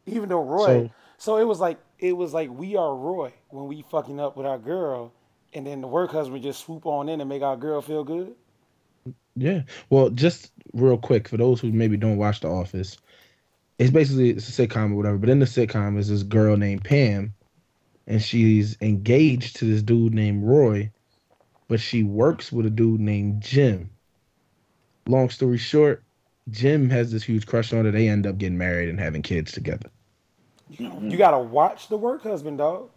[SPEAKER 3] even though Roy. So,
[SPEAKER 1] So-
[SPEAKER 3] it was like it was like we are Roy when we fucking up with our girl, and then the work husband just swoop on in and make our girl feel good.
[SPEAKER 1] Yeah. Well, just real quick for those who maybe don't watch The Office, it's basically it's a sitcom or whatever. But in the sitcom is this girl named Pam, and she's engaged to this dude named Roy, but she works with a dude named Jim. Long story short, Jim has this huge crush on her. They end up getting married and having kids together.
[SPEAKER 2] Mm.
[SPEAKER 3] You gotta watch the work husband, dog.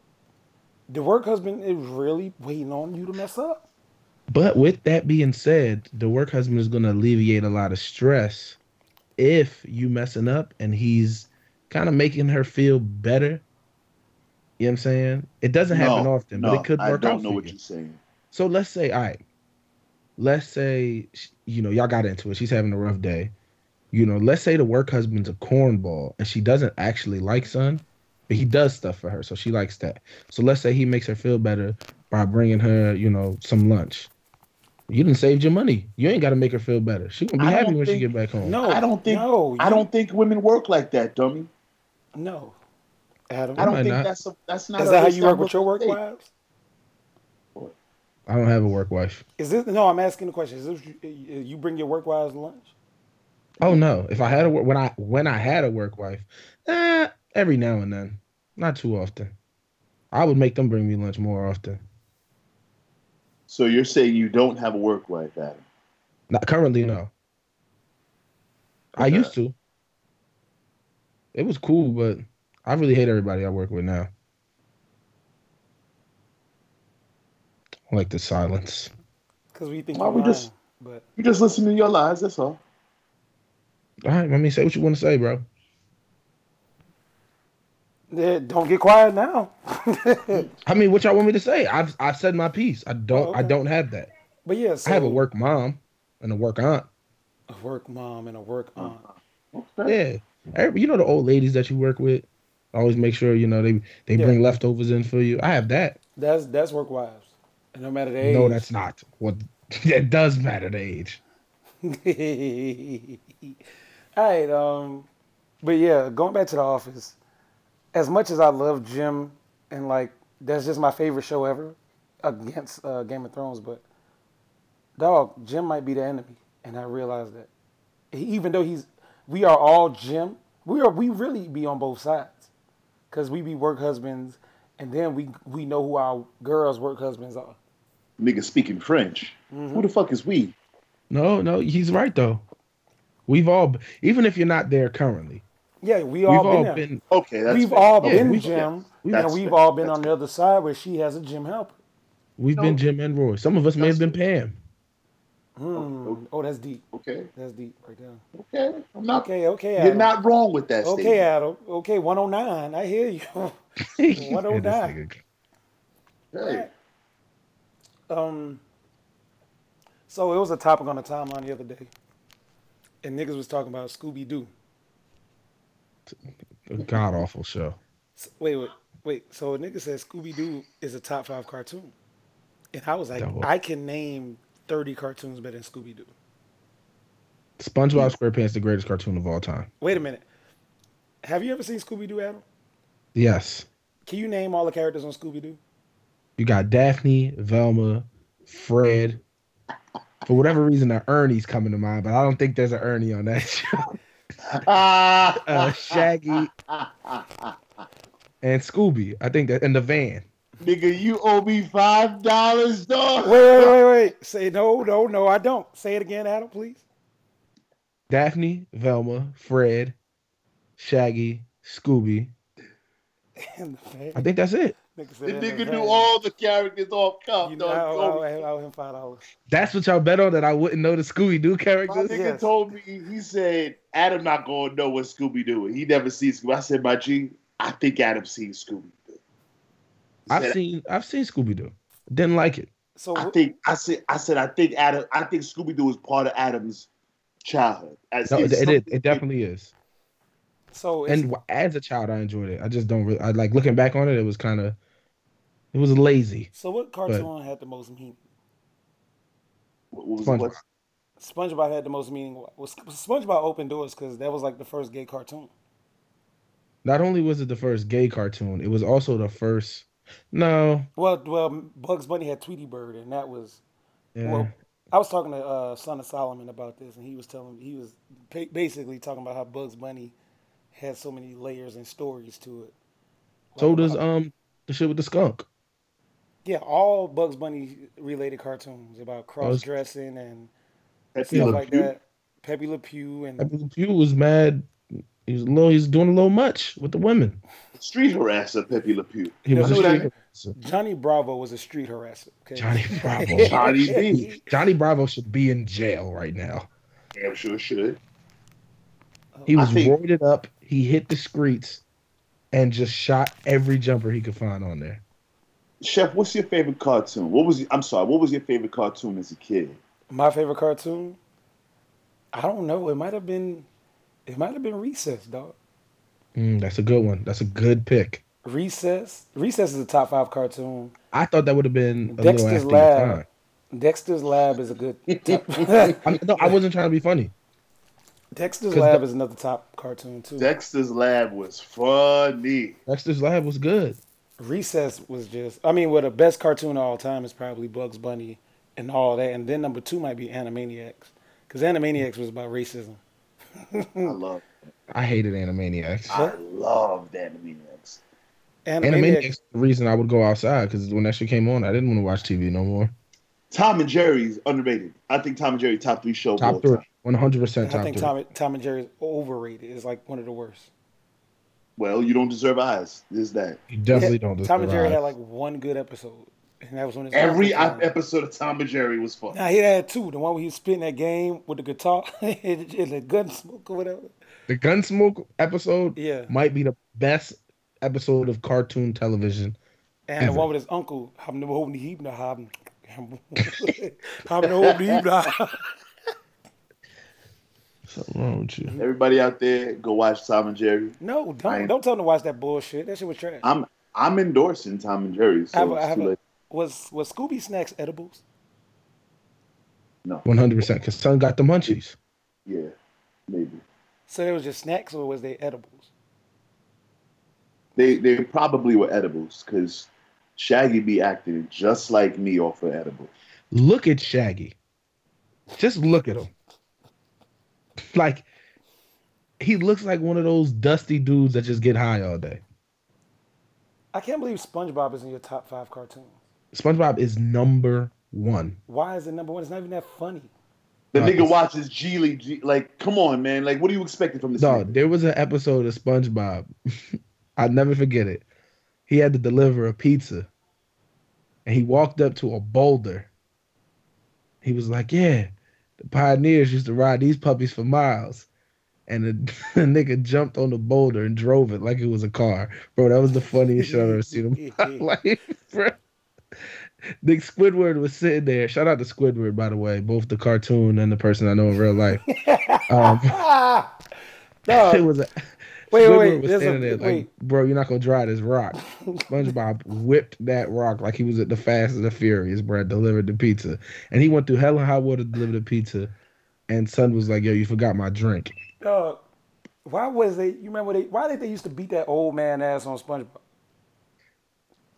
[SPEAKER 3] The work husband is really waiting on you to mess up.
[SPEAKER 1] But with that being said, the work husband is going to alleviate a lot of stress if you messing up and he's kind of making her feel better. You know what I'm saying? It doesn't happen
[SPEAKER 2] No,
[SPEAKER 1] often,
[SPEAKER 2] no,
[SPEAKER 1] but it could work
[SPEAKER 2] I don't
[SPEAKER 1] out
[SPEAKER 2] know
[SPEAKER 1] for
[SPEAKER 2] what
[SPEAKER 1] you.
[SPEAKER 2] you're saying.
[SPEAKER 1] So let's say, all right, let's say, sh- you know, y'all got into it. She's having a rough day. You know, let's say the work husband's a cornball and she doesn't actually like son, but he does stuff for her, so she likes that. So let's say he makes her feel better by bringing her, you know, some lunch. You didn't save your money. You ain't got to make her feel better. She gonna be
[SPEAKER 2] I
[SPEAKER 1] happy
[SPEAKER 2] don't
[SPEAKER 1] when she
[SPEAKER 2] think-
[SPEAKER 1] get back home.
[SPEAKER 3] No,
[SPEAKER 2] I don't think
[SPEAKER 3] No,
[SPEAKER 2] I
[SPEAKER 3] you-
[SPEAKER 2] don't think women work like that, dummy.
[SPEAKER 3] No, Adam.
[SPEAKER 2] I don't
[SPEAKER 1] might
[SPEAKER 2] think
[SPEAKER 1] not.
[SPEAKER 2] that's a, that's not.
[SPEAKER 3] Is
[SPEAKER 2] a-
[SPEAKER 3] that how
[SPEAKER 2] it's
[SPEAKER 3] you
[SPEAKER 2] not
[SPEAKER 3] work
[SPEAKER 2] what
[SPEAKER 3] with your work
[SPEAKER 2] they-
[SPEAKER 3] wives?
[SPEAKER 1] I don't have a work wife.
[SPEAKER 3] Is this no? I'm asking the question. Is this you bring your work wives lunch?
[SPEAKER 1] Oh no! If I had a wor- when I when I had a work wife, eh, every now and then, not too often. I would make them bring me lunch more often.
[SPEAKER 2] So you're saying you don't have a work wife, Adam?
[SPEAKER 1] Not currently, no. I
[SPEAKER 2] Okay.
[SPEAKER 1] used to. It was cool, but I really hate everybody I work with now. I like the silence.
[SPEAKER 3] Because we think
[SPEAKER 2] Why
[SPEAKER 3] you're
[SPEAKER 2] we
[SPEAKER 3] lying.
[SPEAKER 2] just-
[SPEAKER 3] But
[SPEAKER 2] You just listen to your lies. That's all.
[SPEAKER 1] All right, I mean, say what you want to say, bro.
[SPEAKER 3] yeah, don't get quiet now. but
[SPEAKER 1] I mean, what y'all want me to say? I've I've said my piece. I don't
[SPEAKER 3] Oh,
[SPEAKER 1] I
[SPEAKER 3] okay.
[SPEAKER 1] don't have that.
[SPEAKER 3] yeah, so
[SPEAKER 1] I have a work mom and a work aunt.
[SPEAKER 3] a work mom and a work aunt.
[SPEAKER 2] Okay.
[SPEAKER 1] Yeah, Every, you know the old ladies that you work with always make sure you know they they
[SPEAKER 3] Yeah.
[SPEAKER 1] bring leftovers in for you. I have that.
[SPEAKER 3] That's that's work wives. And no matter the age.
[SPEAKER 1] No, that's not. What it does matter the age.
[SPEAKER 3] All right, um, but yeah, going back to the office. As much as I love Jim, and like that's just my favorite show ever, against uh, Game of Thrones. But dog, Jim might be the enemy, and I realize that. He, even though he's, we are all Jim. We are we really be on both sides, cause we be work husbands, and then we we know who our girls' work husbands are. Mm-hmm.
[SPEAKER 2] Nigga speaking French. Who the fuck is we?
[SPEAKER 1] No, no, he's right though. We've all even if you're not there currently,
[SPEAKER 3] Yeah, we all
[SPEAKER 1] we've
[SPEAKER 3] been
[SPEAKER 1] all
[SPEAKER 3] there.
[SPEAKER 1] been.
[SPEAKER 2] Okay, that's
[SPEAKER 3] we've
[SPEAKER 2] fair.
[SPEAKER 3] all
[SPEAKER 1] Yeah,
[SPEAKER 3] been
[SPEAKER 1] we've-
[SPEAKER 3] Jim,
[SPEAKER 1] yeah,
[SPEAKER 3] and
[SPEAKER 2] that's
[SPEAKER 3] we've
[SPEAKER 2] fair.
[SPEAKER 3] all been
[SPEAKER 2] That's
[SPEAKER 3] on the other side where she has a Jim helper.
[SPEAKER 1] We've
[SPEAKER 2] No.
[SPEAKER 1] been Jim and Roy. Some of us may have been Pam.
[SPEAKER 3] Hmm. Oh, that's deep.
[SPEAKER 2] Okay,
[SPEAKER 3] That's deep right there.
[SPEAKER 2] okay. I'm not.
[SPEAKER 3] Okay, okay,
[SPEAKER 2] You're
[SPEAKER 3] Adam.
[SPEAKER 2] not wrong with that
[SPEAKER 3] okay,
[SPEAKER 2] statement.
[SPEAKER 3] Adam. Okay, 109. I hear you. Why don't
[SPEAKER 1] This
[SPEAKER 3] I?
[SPEAKER 1] nigga.
[SPEAKER 2] Hey,
[SPEAKER 3] Um, so it was a topic on the timeline the other day, and niggas was talking about Scooby Doo.
[SPEAKER 1] A god awful show.
[SPEAKER 3] Wait, wait, wait. So a nigga said Scooby Doo is a top five cartoon, and I was like,
[SPEAKER 1] Double.
[SPEAKER 3] I can name 30 cartoons better than Scooby Doo.
[SPEAKER 1] SpongeBob SquarePants, the greatest cartoon of all time.
[SPEAKER 3] Wait a minute. Have you ever seen Scooby Doo, Adam?
[SPEAKER 1] Yes,
[SPEAKER 3] Can you name all the characters on Scooby Doo?
[SPEAKER 1] you got Daphne, Velma, Fred. For whatever reason, the Ernie's coming to mind, but I don't think there's an Ernie on that show.
[SPEAKER 2] ah,
[SPEAKER 1] Uh, Shaggy and Scooby, I think that, and the van.
[SPEAKER 2] nigga, you owe me five dollars, dog.
[SPEAKER 3] Wait, wait, wait, wait. Say no, no, no, I don't. Say it again, Adam, please.
[SPEAKER 1] Daphne, Velma, Fred, Shaggy, Scooby.
[SPEAKER 3] In the van.
[SPEAKER 1] I think that's it.
[SPEAKER 3] Nigga said
[SPEAKER 2] The
[SPEAKER 3] in the
[SPEAKER 2] nigga
[SPEAKER 3] van.
[SPEAKER 2] knew all the characters off
[SPEAKER 3] You
[SPEAKER 2] cop,
[SPEAKER 3] know, oh,
[SPEAKER 2] dog.
[SPEAKER 3] I,
[SPEAKER 2] You owe
[SPEAKER 3] owe-
[SPEAKER 2] me
[SPEAKER 3] I, owe- I owe him five dollars.
[SPEAKER 1] That's what y'all bet on that I wouldn't know the Scooby Doo
[SPEAKER 2] My
[SPEAKER 1] characters.
[SPEAKER 2] nigga
[SPEAKER 3] Yes.
[SPEAKER 2] told me, he said, Adam not gonna know what Scooby Doo is. He never sees Scooby. I said, my G, I think Adam sees Scooby Doo.
[SPEAKER 1] I've seen I've seen Scooby Doo. Didn't like it.
[SPEAKER 3] So
[SPEAKER 2] I
[SPEAKER 3] wh-
[SPEAKER 2] think I said I said I think Adam I think Scooby Doo is part of Adam's childhood. As
[SPEAKER 1] No,
[SPEAKER 2] in
[SPEAKER 1] it, it, is.
[SPEAKER 2] something-
[SPEAKER 1] it definitely is.
[SPEAKER 3] so it's,
[SPEAKER 1] And w- as a child, I enjoyed it. I just don't really. I like looking back on it. It was kind of, it was lazy.
[SPEAKER 3] so what cartoon had the most meaning?
[SPEAKER 2] what was
[SPEAKER 1] SpongeBob.
[SPEAKER 2] what's-
[SPEAKER 3] SpongeBob had the most meaning. Well, Sp- SpongeBob opened doors because that was like the first gay cartoon.
[SPEAKER 1] Not only was it the first gay cartoon, it was also the first. No,
[SPEAKER 3] Well, well, Bugs Bunny had Tweety Bird, and that was
[SPEAKER 1] yeah,
[SPEAKER 3] Well, I was talking to uh, Son of Solomon about this, and he was telling he was ba- basically talking about how Bugs Bunny had so many layers and stories to it.
[SPEAKER 1] so
[SPEAKER 3] Like,
[SPEAKER 1] does
[SPEAKER 3] about-
[SPEAKER 1] um the shit with the skunk.
[SPEAKER 3] yeah, all Bugs Bunny related cartoons about cross dressing and
[SPEAKER 2] Pepe
[SPEAKER 3] stuff
[SPEAKER 1] Oh, Le
[SPEAKER 3] like
[SPEAKER 2] Pew?
[SPEAKER 3] that. Pepe Le Pew
[SPEAKER 1] I
[SPEAKER 3] and
[SPEAKER 1] mean, Pew was mad. He was a little. He's doing a little much with the women.
[SPEAKER 2] Street harasser Pepe Le Pew.
[SPEAKER 1] He was
[SPEAKER 3] No,
[SPEAKER 1] a
[SPEAKER 3] no,
[SPEAKER 1] street.
[SPEAKER 3] that- Johnny Bravo was a street harasser. Okay,
[SPEAKER 1] Johnny Bravo.
[SPEAKER 2] Johnny B.
[SPEAKER 1] Johnny Bravo should be in jail right now.
[SPEAKER 2] Damn sure should.
[SPEAKER 1] He
[SPEAKER 2] I
[SPEAKER 1] was
[SPEAKER 2] think-
[SPEAKER 1] roided up. He hit the streets, and just shot every jumper he could find on there.
[SPEAKER 2] Chef, what's your favorite cartoon? What was I'm sorry, what was your favorite cartoon as a kid?
[SPEAKER 3] My favorite cartoon. I don't know. It might have been, it might have been Recess, dog.
[SPEAKER 1] Mm, that's a good one. That's a good pick.
[SPEAKER 3] Recess. Recess is a top five cartoon.
[SPEAKER 1] I thought that would have been a little
[SPEAKER 3] Dexter's
[SPEAKER 1] after your
[SPEAKER 3] Lab.
[SPEAKER 1] time.
[SPEAKER 3] Dexter's Lab is a good.
[SPEAKER 1] I, no, I wasn't trying to be funny.
[SPEAKER 3] Dexter's
[SPEAKER 1] 'Cause
[SPEAKER 3] Lab
[SPEAKER 1] the-
[SPEAKER 3] is another top cartoon too.
[SPEAKER 2] Dexter's Lab was funny.
[SPEAKER 1] Dexter's Lab was good.
[SPEAKER 3] Recess was just. I mean, well, the best cartoon of all time is probably Bugs Bunny and all that, and then number two might be Animaniacs, because Animaniacs was about racism. Hmm.
[SPEAKER 2] I love,
[SPEAKER 1] I hated Animaniacs.
[SPEAKER 2] I loved Animaniacs.
[SPEAKER 1] Animaniacs
[SPEAKER 3] Animaniacs.
[SPEAKER 1] is the reason I would go outside because when that shit came on, I didn't want to watch TV no more.
[SPEAKER 2] Tom and Jerry's underrated. I think Tom and Jerry top three show. of all
[SPEAKER 1] Top three,
[SPEAKER 2] time.
[SPEAKER 1] one hundred percent
[SPEAKER 3] Oh, I
[SPEAKER 1] top
[SPEAKER 3] think
[SPEAKER 1] three.
[SPEAKER 3] Tom, Tom and Jerry is overrated. It's like one of the worst.
[SPEAKER 2] Well, you don't deserve eyes. Is that
[SPEAKER 1] You definitely
[SPEAKER 3] Yeah,
[SPEAKER 1] don't deserve
[SPEAKER 3] Tom and Jerry
[SPEAKER 1] eyes.
[SPEAKER 3] had like one good episode, and that was when it's
[SPEAKER 2] every
[SPEAKER 3] time.
[SPEAKER 2] episode of Tom and Jerry was fun?
[SPEAKER 3] Nah, he had two. The one where he was spitting that game with the guitar and and the gun smoke or whatever.
[SPEAKER 1] the Gunsmoke episode
[SPEAKER 3] Yeah.
[SPEAKER 1] might be the best episode of cartoon television.
[SPEAKER 3] And the
[SPEAKER 1] Ever.
[SPEAKER 3] one with his uncle, I'm the holding the heap haben. I'm the holding the heap
[SPEAKER 1] Something wrong with you?
[SPEAKER 2] Everybody out there, go watch Tom and Jerry.
[SPEAKER 3] No,
[SPEAKER 2] I-
[SPEAKER 3] don't don't tell him to watch that bullshit. That shit was trash.
[SPEAKER 2] I'm I'm endorsing Tom and Jerry. So
[SPEAKER 3] I have a,
[SPEAKER 2] it's
[SPEAKER 3] I have
[SPEAKER 2] too
[SPEAKER 3] a,
[SPEAKER 2] late.
[SPEAKER 3] was was Scooby Snacks edibles?
[SPEAKER 2] No,
[SPEAKER 1] One hundred percent. Cause son got the munchies.
[SPEAKER 2] yeah, maybe
[SPEAKER 3] So they was just snacks or was they edibles?
[SPEAKER 2] they they probably were edibles because Shaggy be acting just like me off of edibles.
[SPEAKER 1] Look at Shaggy. Just look at him. Like he looks like one of those dusty dudes that just get high all day.
[SPEAKER 3] I can't believe SpongeBob is in your top five cartoons.
[SPEAKER 1] SpongeBob is number one.
[SPEAKER 3] Why is it number one? It's not even that funny.
[SPEAKER 2] The
[SPEAKER 1] No,
[SPEAKER 2] nigga
[SPEAKER 1] it's-
[SPEAKER 2] watches Geely. G- like, come on, man. Like, what do you expecting from this?
[SPEAKER 1] No,
[SPEAKER 2] nigga?
[SPEAKER 1] there was an episode of SpongeBob. I'll never forget it. He had to deliver a pizza. And he walked up to a boulder. He was like, Yeah, the pioneers used to ride these puppies for miles. And the, the nigga jumped on the boulder and drove it like it was a car. Bro, that was the funniest shit I've ever seen in my life, bro. Nick Squidward was sitting there. Shout out to Squidward, by the way, both the cartoon and the person I know in real life. Um, it
[SPEAKER 3] No,
[SPEAKER 1] was a
[SPEAKER 3] Wait,
[SPEAKER 1] Squidward
[SPEAKER 3] wait,
[SPEAKER 1] was
[SPEAKER 3] there's a-
[SPEAKER 1] standing there like,
[SPEAKER 3] wait.
[SPEAKER 1] bro, you're not gonna dry this rock. SpongeBob whipped that rock like he was at the Fast and the Furious, bro. Delivered the pizza, and he went through hell and high water to deliver the pizza. And Son was like, yo, you forgot my drink.
[SPEAKER 3] dog. Why was they? You remember they? Why did they used to beat that old man ass on SpongeBob?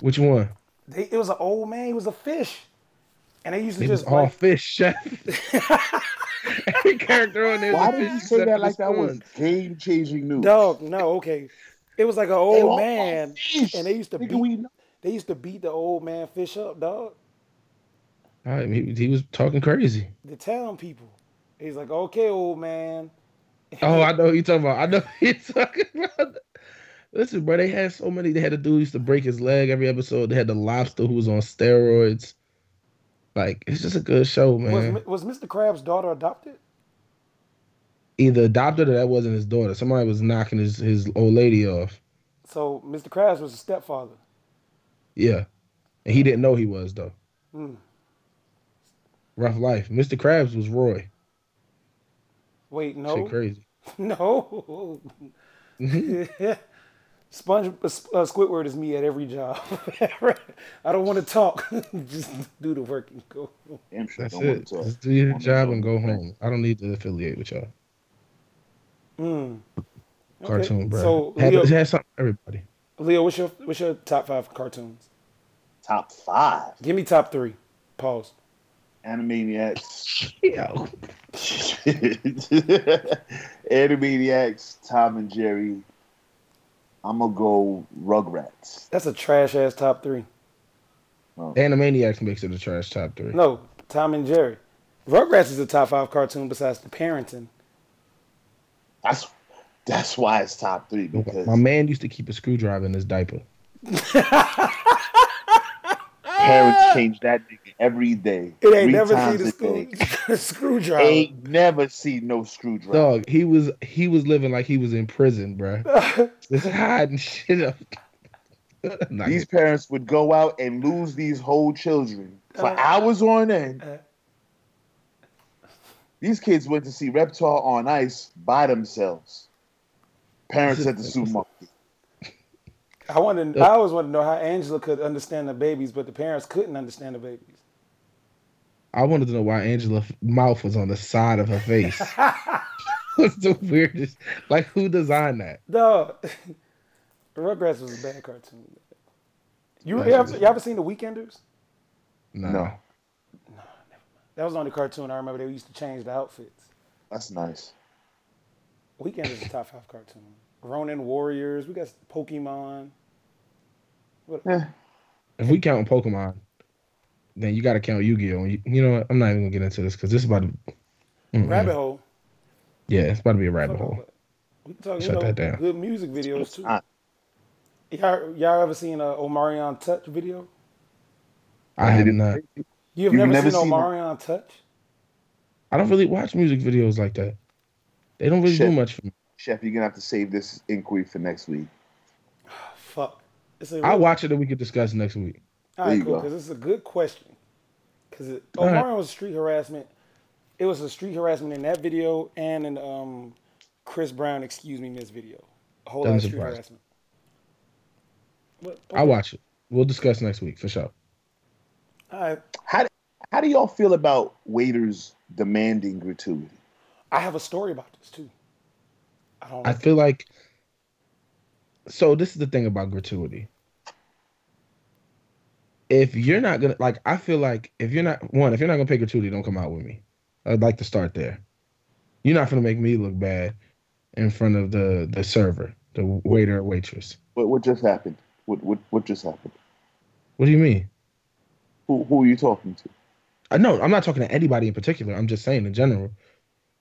[SPEAKER 1] Which one?
[SPEAKER 3] They, it was an old man. He was a fish, and they used to
[SPEAKER 1] It was
[SPEAKER 3] just
[SPEAKER 1] all
[SPEAKER 3] like
[SPEAKER 1] fish, chef. Every character on there was
[SPEAKER 2] Why
[SPEAKER 1] a
[SPEAKER 2] did
[SPEAKER 1] fish
[SPEAKER 2] you say
[SPEAKER 1] except
[SPEAKER 2] that
[SPEAKER 1] for
[SPEAKER 2] like
[SPEAKER 1] this
[SPEAKER 2] that was
[SPEAKER 1] one.
[SPEAKER 2] game changing news?
[SPEAKER 3] dog. No, okay. It was like an
[SPEAKER 2] They
[SPEAKER 3] old
[SPEAKER 2] all
[SPEAKER 3] Oh, man,
[SPEAKER 2] fish.
[SPEAKER 3] and they used to
[SPEAKER 2] Nigga,
[SPEAKER 3] beat.
[SPEAKER 2] we know.
[SPEAKER 3] They used to beat the old man fish up, dog.
[SPEAKER 1] All right, he, he was talking crazy.
[SPEAKER 3] The town people. He's like, okay, old man.
[SPEAKER 1] Oh, I know who you're talking about. I know who you're talking about. Listen, bro, they had so many. They had a dude who used to break his leg every episode. They had the lobster who was on steroids. Like, it's just a good show,
[SPEAKER 3] Was
[SPEAKER 1] man.
[SPEAKER 3] Mi- was Mr. Crab's daughter adopted?
[SPEAKER 1] Either adopted or that wasn't his daughter. Somebody was knocking his, his old lady off.
[SPEAKER 3] So Mr. Krabs was a stepfather.
[SPEAKER 1] Yeah. And he didn't know he was, though.
[SPEAKER 3] Hmm.
[SPEAKER 1] Rough life. Mr. Krabs was Roy.
[SPEAKER 3] Wait,
[SPEAKER 1] Shit
[SPEAKER 3] no,
[SPEAKER 1] crazy.
[SPEAKER 3] no. Sponge uh, Squidward is me at every job. I don't want to talk. Just do the work and go.
[SPEAKER 2] Damn sure
[SPEAKER 1] That's
[SPEAKER 2] don't wanna
[SPEAKER 1] it.
[SPEAKER 2] talk.
[SPEAKER 1] Just do your
[SPEAKER 2] Wanna
[SPEAKER 1] job
[SPEAKER 2] know.
[SPEAKER 1] and go home. I don't need to affiliate with y'all.
[SPEAKER 3] Mm. Okay.
[SPEAKER 1] Cartoon, bro.
[SPEAKER 3] So
[SPEAKER 1] had,
[SPEAKER 3] Leo,
[SPEAKER 1] had something for everybody.
[SPEAKER 3] Leo, what's your what's your top five cartoons?
[SPEAKER 2] Top five
[SPEAKER 3] Give me top three. Pause.
[SPEAKER 2] Animaniacs.
[SPEAKER 1] Yeah.
[SPEAKER 2] Animaniacs, Tom and Jerry. I'm gonna go Rugrats.
[SPEAKER 3] That's a trash ass top three.
[SPEAKER 1] Animaniacs makes it a trash top three.
[SPEAKER 3] No, Tom and Jerry. Rugrats is a top five cartoon besides the parenting.
[SPEAKER 2] That's that's why it's top three because
[SPEAKER 1] My man used to keep a screwdriver in his diaper.
[SPEAKER 2] parents change that nigga every day.
[SPEAKER 3] It ain't
[SPEAKER 2] three
[SPEAKER 3] never
[SPEAKER 2] times
[SPEAKER 3] seen a
[SPEAKER 2] a
[SPEAKER 3] screw,
[SPEAKER 2] day.
[SPEAKER 3] screwdriver.
[SPEAKER 2] Ain't never seen no screwdriver.
[SPEAKER 1] Dog, he was he was living like he was in prison, bruh. Just hiding shit up. Nah,
[SPEAKER 2] These parents would go out and lose these whole children for
[SPEAKER 3] Uh.
[SPEAKER 2] hours on end.
[SPEAKER 3] Uh.
[SPEAKER 2] These kids went to see Reptar on Ice by themselves.
[SPEAKER 4] Parents at the supermarket.
[SPEAKER 3] I wanted. I always wanted to know how Angela could understand the babies, but the parents couldn't understand the babies.
[SPEAKER 1] I wanted to know why Angela's mouth was on the side of her face. What's the weirdest? Like, who designed that?
[SPEAKER 3] No, Rugrats was a bad cartoon. You, you, ever, you ever seen The Weekenders?
[SPEAKER 1] No.
[SPEAKER 4] No.
[SPEAKER 3] That was the only cartoon I remember. They used to change the outfits.
[SPEAKER 4] That's nice.
[SPEAKER 3] Weekend is a top five cartoon. Ronin Warriors. We got
[SPEAKER 1] Mm-hmm.
[SPEAKER 3] Pokemon. What?
[SPEAKER 4] Eh,
[SPEAKER 1] If we count Pokemon, then you got to count Yu Gi Oh. You, you know what? I'm not even gonna get into this because this is about to. Mm-mm.
[SPEAKER 3] Rabbit hole.
[SPEAKER 1] Yeah, it's about to be a rabbit
[SPEAKER 3] Fuck all
[SPEAKER 1] hole.
[SPEAKER 3] that. We can talk.
[SPEAKER 1] Shut
[SPEAKER 3] you know,
[SPEAKER 1] that down.
[SPEAKER 3] Good music videos too.
[SPEAKER 4] Ah,
[SPEAKER 3] Y'all, y'all ever seen a Omarion Touch video?
[SPEAKER 1] I have not.
[SPEAKER 4] You've
[SPEAKER 3] You've, never,
[SPEAKER 4] never
[SPEAKER 3] seen,
[SPEAKER 4] seen it?
[SPEAKER 3] Omarion Touch?
[SPEAKER 1] I don't really watch music videos like that. They don't really
[SPEAKER 4] Shit.
[SPEAKER 1] do much for me.
[SPEAKER 4] Chef, you're gonna have to save this inquiry for next week.
[SPEAKER 3] Ah, Fuck. It's a
[SPEAKER 1] I'll watch it and we can discuss next week.
[SPEAKER 3] All
[SPEAKER 4] There
[SPEAKER 3] right,
[SPEAKER 4] you
[SPEAKER 3] cool.
[SPEAKER 4] go.
[SPEAKER 3] Because it's a good question. Because Omarion
[SPEAKER 1] All right.
[SPEAKER 3] was street harassment. It was a street harassment in that video and in um, Chris Brown, excuse me, Miss video. A whole lot of
[SPEAKER 1] Doesn't
[SPEAKER 3] street
[SPEAKER 1] surprise me.
[SPEAKER 3] harassment. But,
[SPEAKER 1] I'll watch it. We'll discuss next week for sure.
[SPEAKER 3] All right.
[SPEAKER 4] How how do y'all feel about waiters demanding gratuity?
[SPEAKER 3] I have a story about this too. I don't.
[SPEAKER 1] I feel like so this is the thing about gratuity. If you're not gonna like, I feel like if you're not one, if you're not gonna pay gratuity, don't come out with me. I'd like to start there. You're not gonna make me look bad in front of the the server, the waiter or waitress.
[SPEAKER 4] What what just happened? What what what just happened?
[SPEAKER 1] What do you mean?
[SPEAKER 4] Who who are you talking to?
[SPEAKER 1] I no, I'm not talking to anybody in particular. I'm just saying in general,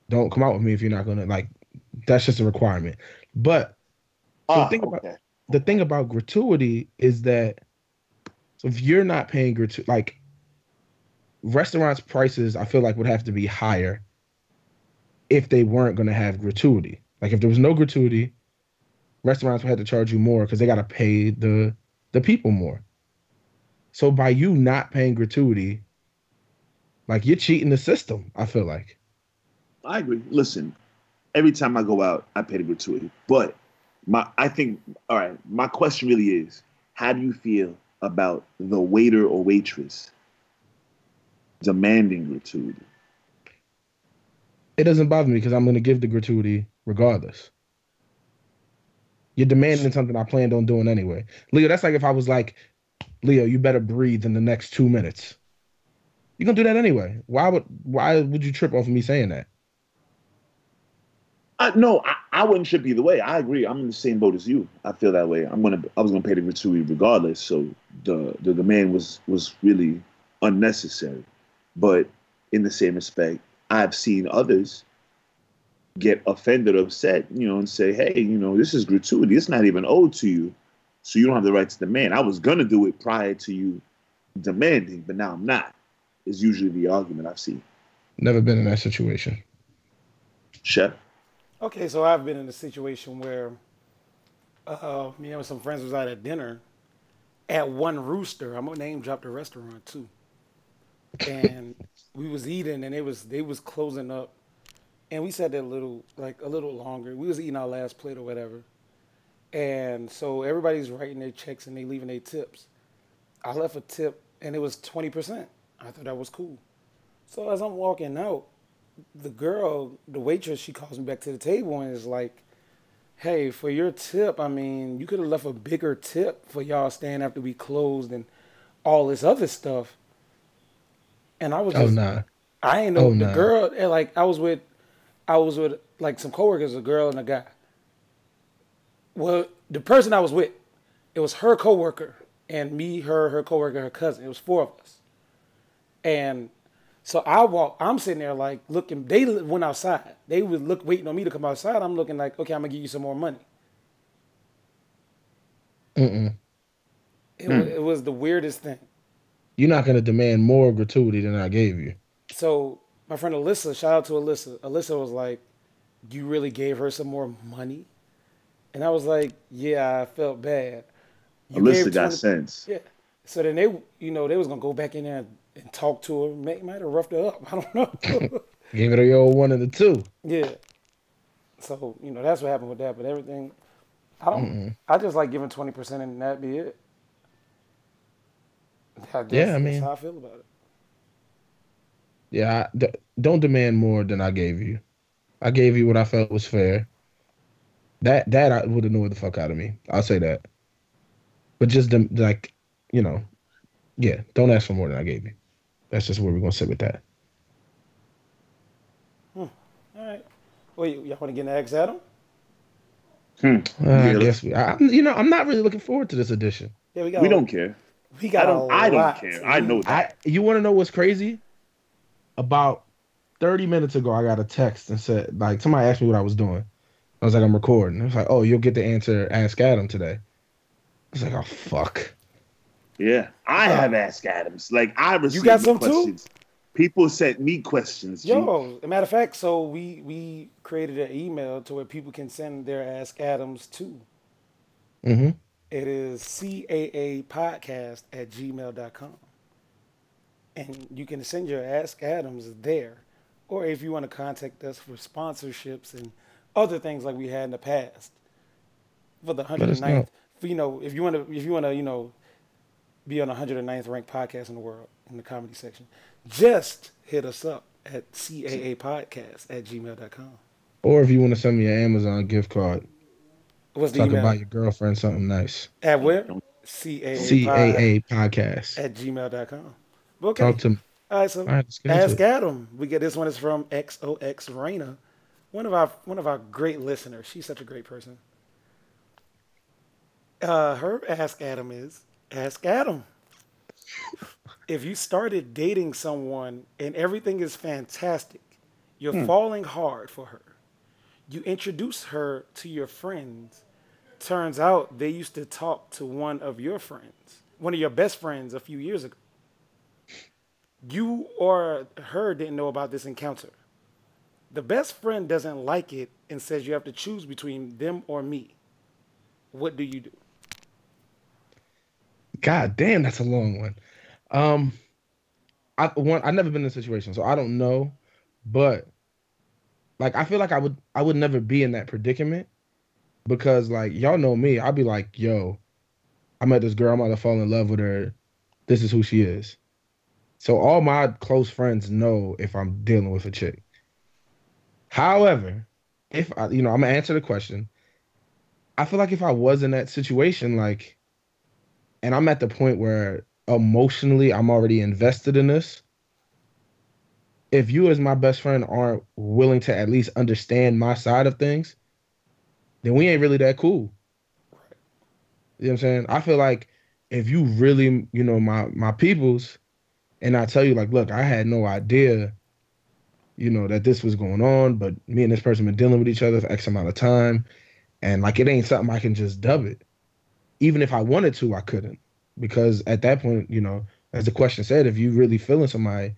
[SPEAKER 1] don't come out with me if you're not gonna like. That's just a requirement. But
[SPEAKER 4] Ah,
[SPEAKER 1] think about-
[SPEAKER 4] okay.
[SPEAKER 1] the thing about gratuity is that so if you're not paying gratuity, like restaurants' prices, I feel like would have to be higher if they weren't going to have gratuity. Like if there was no gratuity, restaurants would have to charge you more because they got to pay the the people more. So by you not paying gratuity, like you're cheating the system. I feel like
[SPEAKER 2] I agree. Listen, every time I go out, I pay the gratuity. But my, I think, all right. My question really is, how do you feel about the waiter or waitress demanding gratuity?
[SPEAKER 1] it doesn't bother me because I'm going to give the gratuity regardless. You're demanding something I planned on doing anyway. Leo, that's like if I was like, Leo, you better breathe in the next two minutes. You're gonna do that anyway. Why would why would you trip off me saying that?
[SPEAKER 2] I, Uh, no, I, I wouldn't trip either way. I agree. I'm in the same boat as you. I feel that way. I'm gonna. I was gonna pay the gratuity regardless. So the the demand was was really unnecessary. But in the same respect, I've seen others get offended, upset, you know, and say, "Hey, you know, this is gratuity. It's not even owed to you, so you don't have the right to demand." I was gonna do it prior to you demanding, but now I'm not. Is usually the argument I've seen.
[SPEAKER 1] Never been in that situation.
[SPEAKER 2] Chef,
[SPEAKER 3] Okay, so I've been in a situation where uh, me and some friends was out at dinner at One Rooster. I'm gonna name drop the restaurant too. And we was eating, and they was they was closing up, and we sat there a little like a little longer. We was eating our last plate or whatever, and so everybody's writing their checks and they leaving their tips. I left a tip, and it was twenty percent. I thought that was cool. So as I'm walking out, the girl, the waitress, she calls me back to the table and is like, "Hey, for your tip, I mean, you could have left a bigger tip for y'all staying after we closed and all this other stuff." And I was
[SPEAKER 1] Oh
[SPEAKER 3] just,
[SPEAKER 1] nah.
[SPEAKER 3] I ain't know
[SPEAKER 1] Oh,
[SPEAKER 3] the
[SPEAKER 1] nah.
[SPEAKER 3] girl. and, Like I was with, I was with like some coworkers, a girl and a guy. Well, the person I was with, it was her coworker and me, her, her coworker, her cousin. It was four of us. And so I walk. I'm sitting there like looking. They went outside. They was look waiting on me to come outside. I'm looking like, okay, I'm gonna give you some more money.
[SPEAKER 1] Mm-mm.
[SPEAKER 3] It, was, it was the weirdest thing.
[SPEAKER 1] You're not gonna demand more gratuity than I gave you.
[SPEAKER 3] So my friend Alyssa, shout out to Alyssa. Alyssa was like, "You really gave her some more money," and I was like, "Yeah, I felt bad." You
[SPEAKER 2] Alyssa
[SPEAKER 3] gave
[SPEAKER 2] got
[SPEAKER 3] 20
[SPEAKER 2] sense.
[SPEAKER 3] Yeah. So then they, you know, they was gonna go back in there and, and talk to her. May, might have roughed her up. I don't know.
[SPEAKER 1] Gave it a old one and a two.
[SPEAKER 3] yeah. So you know that's what happened with that. But everything, I don't. I just like giving twenty percent and that be it. I guess
[SPEAKER 1] Yeah, I
[SPEAKER 3] that's
[SPEAKER 1] mean-
[SPEAKER 3] how I feel about it.
[SPEAKER 1] Yeah, I, d- don't demand more than I gave you. I gave you what I felt was fair. That that I would annoy the fuck out of me. I'll say that. But just the, like, you know, yeah, don't ask for more than I gave you. That's just where we're gonna sit with that.
[SPEAKER 3] All right. Wait, y'all want to get an X Adam?
[SPEAKER 1] Uh,
[SPEAKER 4] Yeah.
[SPEAKER 1] I guess we. I, I'm- you know, I'm not really looking forward to this edition.
[SPEAKER 3] Yeah, we got.
[SPEAKER 4] We
[SPEAKER 3] a-
[SPEAKER 4] don't care.
[SPEAKER 3] We
[SPEAKER 2] I
[SPEAKER 3] got. a
[SPEAKER 2] don't. I don't
[SPEAKER 3] lot.
[SPEAKER 2] care. I know that.
[SPEAKER 1] I you want to know what's crazy? About 30 minutes ago, I got a text and said, like, somebody asked me what I was doing. I was like, I'm recording. It was like, oh, you'll get the answer. Ask Adam today. I was like, oh fuck.
[SPEAKER 2] Yeah, I have asked Adams. Like I received
[SPEAKER 3] Uh, got some too?
[SPEAKER 2] questions. People sent me questions. G.
[SPEAKER 3] Yo, as a matter of fact, so we we created an email to where people can send their Ask Adams to.
[SPEAKER 1] Mm-hmm.
[SPEAKER 3] It is CAA podcast at gmail.com. And you can send your Ask Adams there. Or if you want to contact us for sponsorships and other things like we had in the past. For the
[SPEAKER 1] us know.
[SPEAKER 3] 109th, for, you know, if you want to, if you want to, you know, be on the 109th ranked podcast in the world in the comedy section, just hit us up at CAA podcast at gmail.com.
[SPEAKER 1] Or if you want to send me an Amazon gift card
[SPEAKER 3] What's
[SPEAKER 1] so
[SPEAKER 3] the
[SPEAKER 1] I can buy
[SPEAKER 3] email?
[SPEAKER 1] your girlfriend something nice.
[SPEAKER 3] At where?
[SPEAKER 2] Don't-
[SPEAKER 3] CAA, pod
[SPEAKER 1] CAA podcast.
[SPEAKER 3] at gmail.com. Okay.
[SPEAKER 1] Talk to me.
[SPEAKER 3] All right, so
[SPEAKER 1] All right, let's get into
[SPEAKER 3] ask
[SPEAKER 1] it.
[SPEAKER 3] Adam. We get this one is from XOX Raina, one of our one of our great listeners. She's such a great person. Uh, her ask Adam is ask Adam. if you started dating someone and everything is fantastic, you're
[SPEAKER 1] Hmm.
[SPEAKER 3] falling hard for her. You introduce her to your friends. Turns out they used to talk to one of your friends, one of your best friends, a few years ago you or her didn't know about this encounter. The best friend doesn't like it and says you have to choose between them or me. What do you do?
[SPEAKER 1] God damn, that's a long one. Um, I one I've never been in a situation, so I don't know, but like I feel like I would I would never be in that predicament because like y'all know me, I'd be like, yo, I met this girl, I'm about to fall in love with her. This is who she is. So all my close friends know if I'm dealing with a chick. However, if I you know, I'm gonna answer the question. I feel like if I was in that situation, like and I'm at the point where emotionally I'm already invested in this. If you, as my best friend, aren't willing to at least understand my side of things, then we ain't really that cool. You know what I'm saying? I feel like if you really, you know, my my peoples, and I tell you like, look, I had no idea, you know, that this was going on, but me and this person been dealing with each other for X amount of time, and like it ain't something I can just dub it. Even if I wanted to, I couldn't because at that point, you know, as the question said, if you really feeling somebody,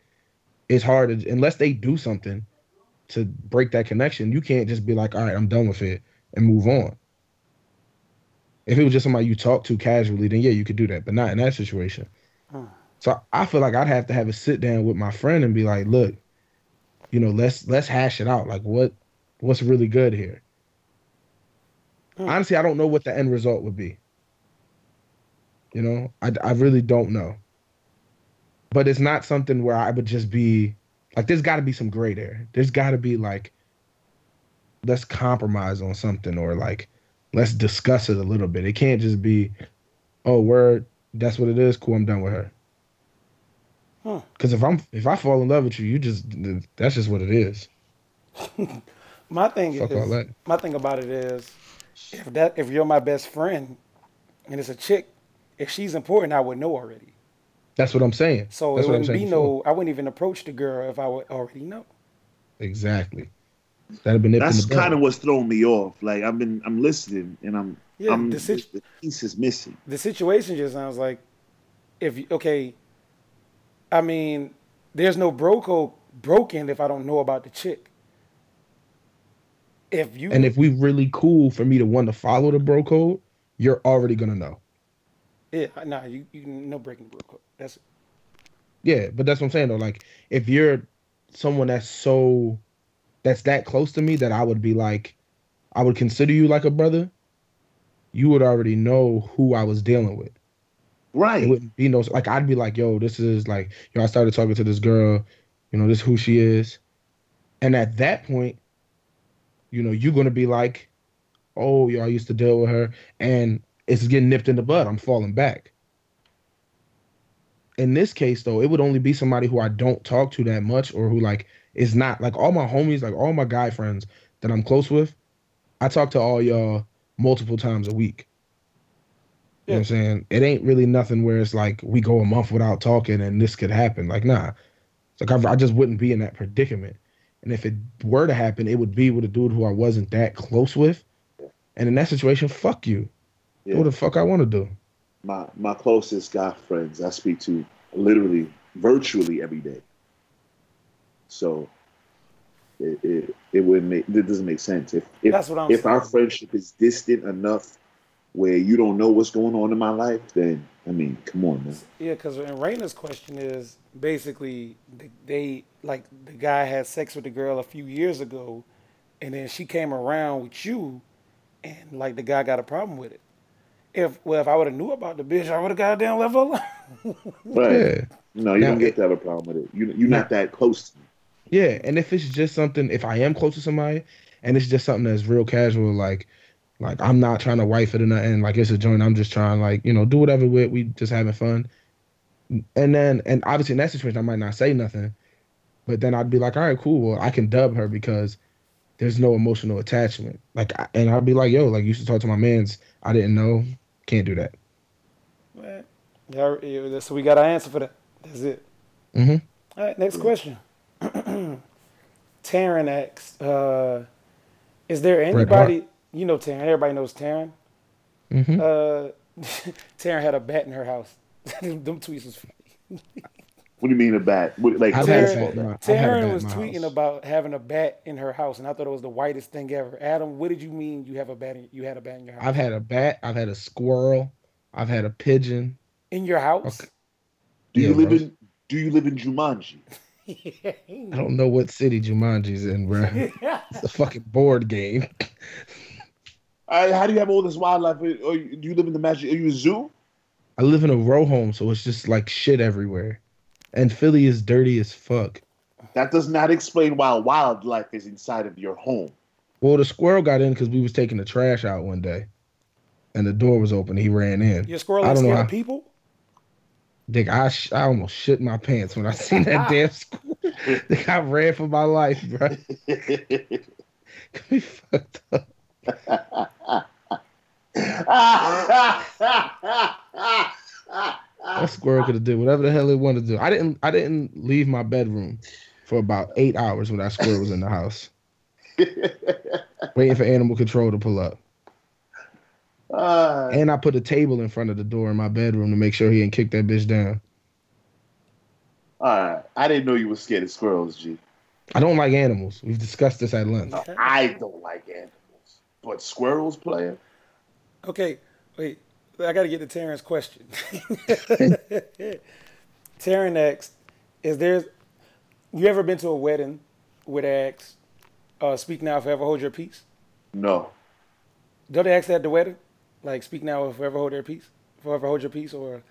[SPEAKER 1] it's hard to, unless they do something to break that connection. You can't just be like, all right, I'm done with it and move on. If it was just somebody you talk to casually, then yeah, you could do that, but not in that situation.
[SPEAKER 3] Hmm.
[SPEAKER 1] So I feel like I'd have to have a sit down with my friend and be like, look, you know, let's let's hash it out. Like what what's really good here?
[SPEAKER 3] Hmm.
[SPEAKER 1] Honestly, I don't know what the end result would be. You know, I, I really don't know. But it's not something where I would just be like, there's got to be some gray there. There's got to be like, let's compromise on something or like, let's discuss it a little bit. It can't just be, oh, word, that's what it is. Cool, I'm done with her.
[SPEAKER 3] Huh.
[SPEAKER 1] Because if I'm if I fall in love with you, you just that's just what it is.
[SPEAKER 3] My thing
[SPEAKER 1] Fuck all
[SPEAKER 3] is,
[SPEAKER 1] that.
[SPEAKER 3] my thing about it is, if that if you're my best friend, and it's a chick, if she's important, I would know already.
[SPEAKER 1] That's what I'm saying.
[SPEAKER 3] So
[SPEAKER 1] that's
[SPEAKER 3] it
[SPEAKER 1] what
[SPEAKER 3] wouldn't be
[SPEAKER 1] before.
[SPEAKER 3] no. I wouldn't even approach the girl if I would already know.
[SPEAKER 1] Exactly. That'd been nipped
[SPEAKER 2] That's
[SPEAKER 1] in the bud.
[SPEAKER 2] kind of what's throwing me off. Like I've been, I'm listening, and I'm,
[SPEAKER 3] Yeah,
[SPEAKER 2] I'm,
[SPEAKER 3] the
[SPEAKER 2] the,
[SPEAKER 3] sit-
[SPEAKER 2] piece is missing.
[SPEAKER 3] the situation just sounds like if you, okay i mean there's no broco broken if i don't know about the chick if you
[SPEAKER 1] And if we really cool for me to want to follow the bro code, you're already gonna know.
[SPEAKER 3] yeah nah you, you no breaking the broco that's
[SPEAKER 1] Yeah, but that's what I'm saying though. Like if you're someone that's so that's that close to me that I would be like I would consider you like a brother, you would already know who I was dealing with. It
[SPEAKER 2] Right.
[SPEAKER 1] wouldn't be no like I'd be like, yo, this is like, yo, I started talking to this girl, you know, this who she is. And at that point, you know, you're gonna be like, Oh, yo, I used to deal with her and it's getting nipped in the bud. I'm falling back. In this case though, it would only be somebody who I don't talk to that much or who like is not like all my homies, like all my guy friends that I'm close with, I talk to all y'all multiple times a week. You know what I'm saying? It ain't really nothing where it's like we go a month without talking and this could happen. Like, nah. It's like I, I just wouldn't be in that predicament. And if it were to happen, it would be with a dude who I wasn't that close with. And in that situation, fuck you. Do What the fuck I want to do?
[SPEAKER 2] my my closest guy friends I speak to literally virtually every day. So it it, it wouldn't make it doesn't make sense if if
[SPEAKER 3] That's what I'm
[SPEAKER 2] if
[SPEAKER 3] saying.
[SPEAKER 2] our friendship is distant enough where you don't know what's going on in my life, then I mean, come on, man.
[SPEAKER 3] Yeah, because in Raina's question is basically th- they like the guy had sex with the girl a few years ago, and then she came around with you, and like the guy got a problem with it. If well, if I would have knew about the bitch, I would have goddamn left her alone.
[SPEAKER 2] Right?
[SPEAKER 1] Yeah.
[SPEAKER 2] No, you
[SPEAKER 1] Now,
[SPEAKER 2] don't get
[SPEAKER 1] it-
[SPEAKER 2] to have a problem with it. You you're not that close. To me.
[SPEAKER 1] Yeah, and if it's just something, if I am close to somebody, and it's just something that's real casual, like, like I'm not trying to wife it or nothing. Like it's a joint. I'm just trying, like, you know, do whatever with. We just having fun. And then, and obviously in that situation, I might not say nothing, but then I'd be like, all right, cool. Well, I can dub her because there's no emotional attachment. Like, I- and I'd be like, yo, like you should talk to my man's. I didn't know. Can't do that.
[SPEAKER 3] Right. Yeah, yeah, so we got our answer for that. That's it.
[SPEAKER 1] Mhm.
[SPEAKER 3] All right, next question. Taryn asks, uh, is there
[SPEAKER 1] Bret Hart.
[SPEAKER 3] anybody, you know Taryn, everybody knows Taryn.
[SPEAKER 1] Mhm.
[SPEAKER 3] Uh, Taryn had a bat in her house. them, them tweets was funny.
[SPEAKER 2] What do you mean a bat? What, like
[SPEAKER 1] I've had a bat.
[SPEAKER 2] baseball
[SPEAKER 1] in my-
[SPEAKER 2] bat?
[SPEAKER 1] I've had a bat
[SPEAKER 3] Taryn
[SPEAKER 1] in
[SPEAKER 3] was
[SPEAKER 1] my
[SPEAKER 3] tweeting
[SPEAKER 1] house.
[SPEAKER 3] about having a bat in her house, and I thought it was the whitest thing ever. Adam, what did you mean you have a bat? In, you had a bat in your house?
[SPEAKER 1] I've had a bat. I've had a squirrel. I've had a pigeon.
[SPEAKER 3] in your house?
[SPEAKER 1] Okay.
[SPEAKER 2] Do you
[SPEAKER 1] Yeah,
[SPEAKER 2] live
[SPEAKER 1] bro.
[SPEAKER 2] in Do you live in Jumanji?
[SPEAKER 1] I don't know what city Jumanji's in, bro. It's a fucking board game.
[SPEAKER 2] All right, how do you have all this wildlife? Or or you- do you live in the magic? Are you a zoo?
[SPEAKER 1] I live in a row home, so it's just like shit everywhere. And Philly is dirty as fuck.
[SPEAKER 2] That does not explain why wildlife is inside of your home.
[SPEAKER 1] Well, the squirrel got in because we was taking the trash out one day, and the door was open. He ran in.
[SPEAKER 3] Your squirrel
[SPEAKER 1] I
[SPEAKER 3] ain't
[SPEAKER 1] don't know
[SPEAKER 3] scared of
[SPEAKER 1] how-
[SPEAKER 3] people?
[SPEAKER 1] Dick, I sh- I almost shit my pants when I seen that damn squirrel. Dick, I ran for my life, bro. We fucked up. That squirrel could have did whatever the hell it wanted to do. I didn't. I didn't leave my bedroom for about eight hours when that squirrel was in the house, waiting for animal control to pull up.
[SPEAKER 2] Ah,
[SPEAKER 1] And I put a table in front of the door in my bedroom to make sure he didn't kick that bitch down.
[SPEAKER 2] all right. I didn't know you were scared of squirrels, G.
[SPEAKER 1] I don't like animals. We've discussed this at length.
[SPEAKER 2] No, I don't like animals, but squirrels, player.
[SPEAKER 3] Okay, wait. I got to get to Terrence's question. Terrence asks, "Is there? You ever been to a wedding where they ask, uh, speak now, or forever hold your peace'?
[SPEAKER 2] No,
[SPEAKER 3] Don't they ask that at the wedding? Like, speak now, or forever hold your peace, forever hold your peace, or like,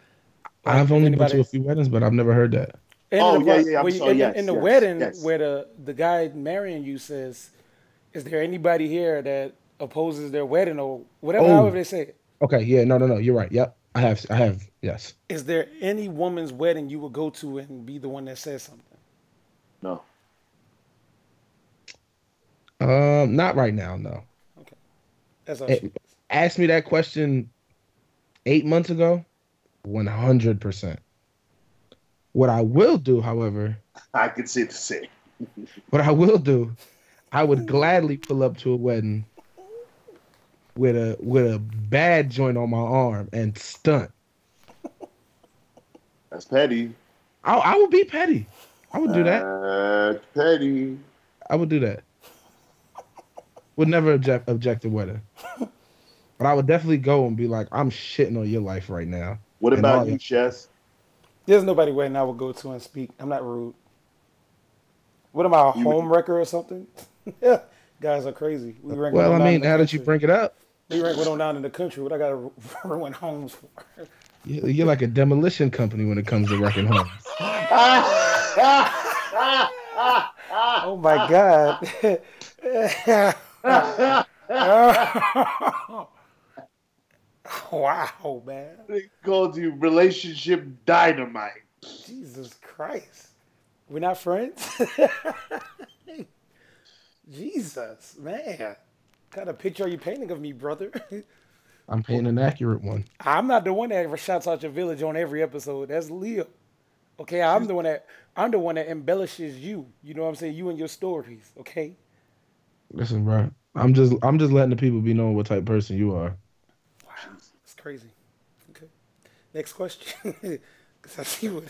[SPEAKER 1] I've
[SPEAKER 3] if
[SPEAKER 1] only been
[SPEAKER 3] anybody-
[SPEAKER 1] to a few weddings, but I've never heard that.
[SPEAKER 3] And
[SPEAKER 2] Oh,
[SPEAKER 3] in the,
[SPEAKER 2] yeah,
[SPEAKER 3] wedding-
[SPEAKER 2] yeah, I'm
[SPEAKER 3] where you-
[SPEAKER 2] sorry,
[SPEAKER 3] in, the-
[SPEAKER 2] yes,
[SPEAKER 3] in the
[SPEAKER 2] yes,
[SPEAKER 3] wedding
[SPEAKER 2] yes.
[SPEAKER 3] where the the guy marrying you says, "Is there anybody here that opposes their wedding or whatever?"
[SPEAKER 1] Oh.
[SPEAKER 3] However they say it.
[SPEAKER 1] Okay, yeah, no, no, no. You're right. Yep, I have, I have, yes.
[SPEAKER 3] Is there any woman's wedding you would go to and be the one that says something?
[SPEAKER 2] no.
[SPEAKER 1] Um, not right now, no.
[SPEAKER 3] That's all.
[SPEAKER 1] Eh,
[SPEAKER 3] she-
[SPEAKER 1] Ask me that question eight months ago, one hundred percent. What I will do, however,
[SPEAKER 2] I could say the same.
[SPEAKER 1] what I will do, I would gladly pull up to a wedding with a with a bad joint on my arm and stunt.
[SPEAKER 2] That's petty.
[SPEAKER 1] I, I would be petty. I would do that.
[SPEAKER 2] Uh, petty.
[SPEAKER 1] I would do that. Would never object object to wedding. But I would definitely go and be like, I'm shitting on your life right now.
[SPEAKER 2] What
[SPEAKER 1] And all
[SPEAKER 2] about you,
[SPEAKER 1] that.
[SPEAKER 2] Chess?
[SPEAKER 3] There's nobody wedding I would go to and speak. I'm not rude. What am I, a
[SPEAKER 2] You would-
[SPEAKER 3] home wrecker or something? Guys are crazy. We wrecking
[SPEAKER 1] Well,
[SPEAKER 3] them
[SPEAKER 1] I
[SPEAKER 3] out in
[SPEAKER 1] mean,
[SPEAKER 3] the
[SPEAKER 1] now that you
[SPEAKER 3] country.
[SPEAKER 1] bring it up,
[SPEAKER 3] Leroy went on down in the country. What I got to ruin homes for?
[SPEAKER 1] You- You're like a demolition company when it comes to wrecking homes.
[SPEAKER 3] Oh my God. wow, man.
[SPEAKER 2] They called you relationship dynamite.
[SPEAKER 3] Jesus Christ. We're not friends? Jesus, man. Got a picture are you painting of me, brother?
[SPEAKER 1] I'm painting an accurate one.
[SPEAKER 3] I'm not the one that shouts out your village on every episode. That's Leo. Okay, I'm the one that I'm the one that embellishes you. You know what I'm saying? You and your stories, okay?
[SPEAKER 1] Listen, bro. I'm just I'm just letting the people be knowing what type of person you are.
[SPEAKER 3] It's crazy. Okay. Next question. 'Cause I see what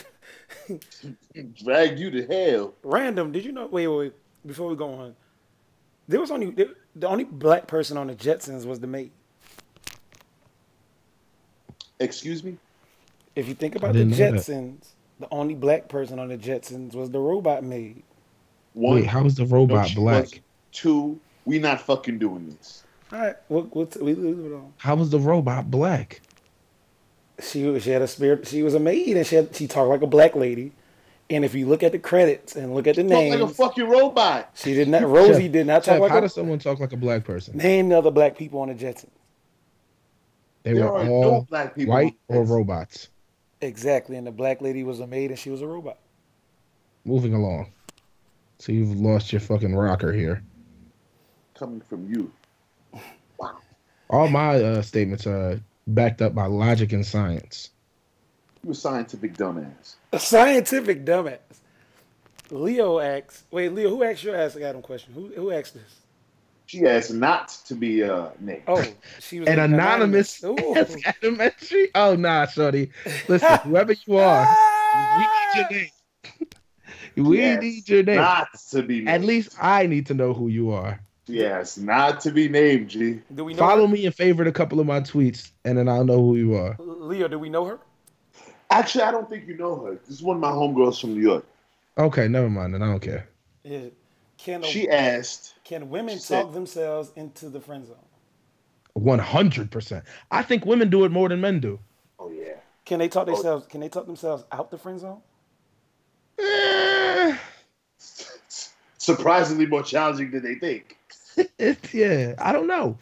[SPEAKER 2] Dragged you to hell.
[SPEAKER 3] Random, did you know? Wait, wait, wait. Before we go on, there was only there, the only black person on the Jetsons was the mate.
[SPEAKER 2] Excuse me?
[SPEAKER 3] If you think
[SPEAKER 1] I
[SPEAKER 3] about the
[SPEAKER 1] didn't know that.
[SPEAKER 3] Jetsons, the only black person on the Jetsons was the robot maid.
[SPEAKER 2] One.
[SPEAKER 1] Wait, how is the robot
[SPEAKER 2] she
[SPEAKER 1] black?
[SPEAKER 2] wasn't. Two. We not fucking doing this.
[SPEAKER 3] All right, we'll, we'll t- we leave it on.
[SPEAKER 1] How is the robot black?
[SPEAKER 3] She was- she had a spirit. She was a maid, and she had, she talked like a black lady. And if you look at the credits and look at the
[SPEAKER 2] Talk like a
[SPEAKER 3] names,
[SPEAKER 2] fucking robot.
[SPEAKER 3] she did not. Rosie did not
[SPEAKER 1] Jeff,
[SPEAKER 3] talk
[SPEAKER 1] how
[SPEAKER 3] like a,
[SPEAKER 1] does someone talk like a black person?
[SPEAKER 3] name the other black people on the Jetsons.
[SPEAKER 1] They
[SPEAKER 2] there
[SPEAKER 1] were
[SPEAKER 2] are
[SPEAKER 1] all
[SPEAKER 2] no black people.
[SPEAKER 1] white
[SPEAKER 2] on
[SPEAKER 1] or
[SPEAKER 2] this.
[SPEAKER 1] robots.
[SPEAKER 3] Exactly, and the black lady was a maid, and she was a robot.
[SPEAKER 1] Moving along. So you've lost your fucking rocker here.
[SPEAKER 2] Coming from you.
[SPEAKER 1] All my uh, statements are backed up by logic and science.
[SPEAKER 2] You a scientific dumbass.
[SPEAKER 3] A scientific dumbass. Leo asks, wait, Leo, who asked your ass Adam question? Who who asked this?
[SPEAKER 2] She asked not to be uh, named.
[SPEAKER 3] Oh, she was
[SPEAKER 1] An anonymous
[SPEAKER 3] Ooh.
[SPEAKER 1] elementary. Oh nah, shorty. Listen, whoever you are, we need
[SPEAKER 3] Ah!
[SPEAKER 1] your name. We
[SPEAKER 2] Yes,
[SPEAKER 1] need your name.
[SPEAKER 2] Not to be named.
[SPEAKER 1] At least I need to know who you are.
[SPEAKER 2] Yes, not to be named, G.
[SPEAKER 3] Do we know
[SPEAKER 1] Follow
[SPEAKER 3] her?
[SPEAKER 1] me and favorite a couple of my tweets, and then I'll know who you are.
[SPEAKER 3] Leo, do we know her?
[SPEAKER 2] Actually, I don't think you know her. This is one of my homegirls from New York.
[SPEAKER 1] Okay, never mind, then I don't care.
[SPEAKER 3] Yeah. Can a-
[SPEAKER 2] She asked,
[SPEAKER 3] can women
[SPEAKER 2] she said-
[SPEAKER 3] talk themselves into the friend zone?
[SPEAKER 1] One hundred percent. I think women do it more than men do.
[SPEAKER 2] oh, yeah.
[SPEAKER 3] Can they
[SPEAKER 1] Oh.
[SPEAKER 3] talk themselves can they talk themselves out the friend zone?
[SPEAKER 1] Eh,
[SPEAKER 2] Surprisingly more challenging than they think.
[SPEAKER 1] it's, yeah, I don't know,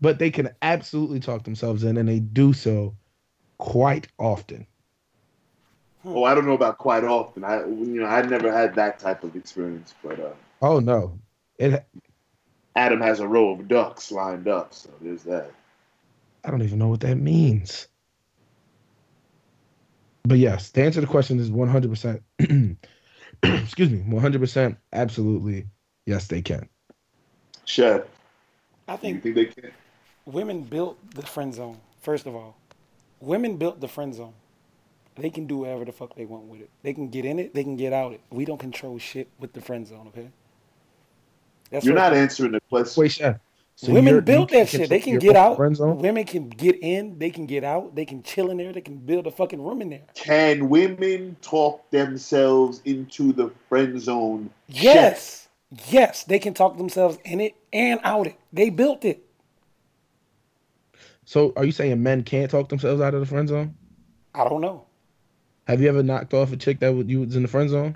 [SPEAKER 1] but they can absolutely talk themselves in, and they do so quite often.
[SPEAKER 2] Oh, I don't know about quite often. I, you know, I never had that type of experience, but uh,
[SPEAKER 1] Oh no, it.
[SPEAKER 2] Adam has a row of ducks lined up, so there's that.
[SPEAKER 1] I don't even know what that means. But yes, the answer to the question is one hundred percent. Excuse me, one hundred percent. Absolutely, yes, they can.
[SPEAKER 2] Chef,
[SPEAKER 3] I
[SPEAKER 2] do you
[SPEAKER 3] think
[SPEAKER 2] think they can?
[SPEAKER 3] women built the friend zone, first of all. Women built the friend zone. They can do whatever the fuck they want with it. They can get in it, they can get out it. We don't control shit with the friend zone, okay? That's
[SPEAKER 2] You're
[SPEAKER 3] first
[SPEAKER 2] not
[SPEAKER 3] thing.
[SPEAKER 2] answering the question.
[SPEAKER 1] Wait, Chef. So
[SPEAKER 3] women
[SPEAKER 1] you're-
[SPEAKER 3] built
[SPEAKER 1] you
[SPEAKER 3] that shit. They
[SPEAKER 1] control
[SPEAKER 3] can
[SPEAKER 1] your
[SPEAKER 3] get
[SPEAKER 1] own
[SPEAKER 3] out.
[SPEAKER 1] Friend zone?
[SPEAKER 3] Women can get in. They can get out. They can chill in there. They can build a fucking room in there.
[SPEAKER 2] Can women talk themselves into the friend zone? Chef,
[SPEAKER 3] Yes, yes, they can talk themselves in it and out it. They built it.
[SPEAKER 1] So are you saying men can't talk themselves out of the friend zone?
[SPEAKER 3] I don't know.
[SPEAKER 1] Have you ever knocked off a chick that was- you was in the friend zone?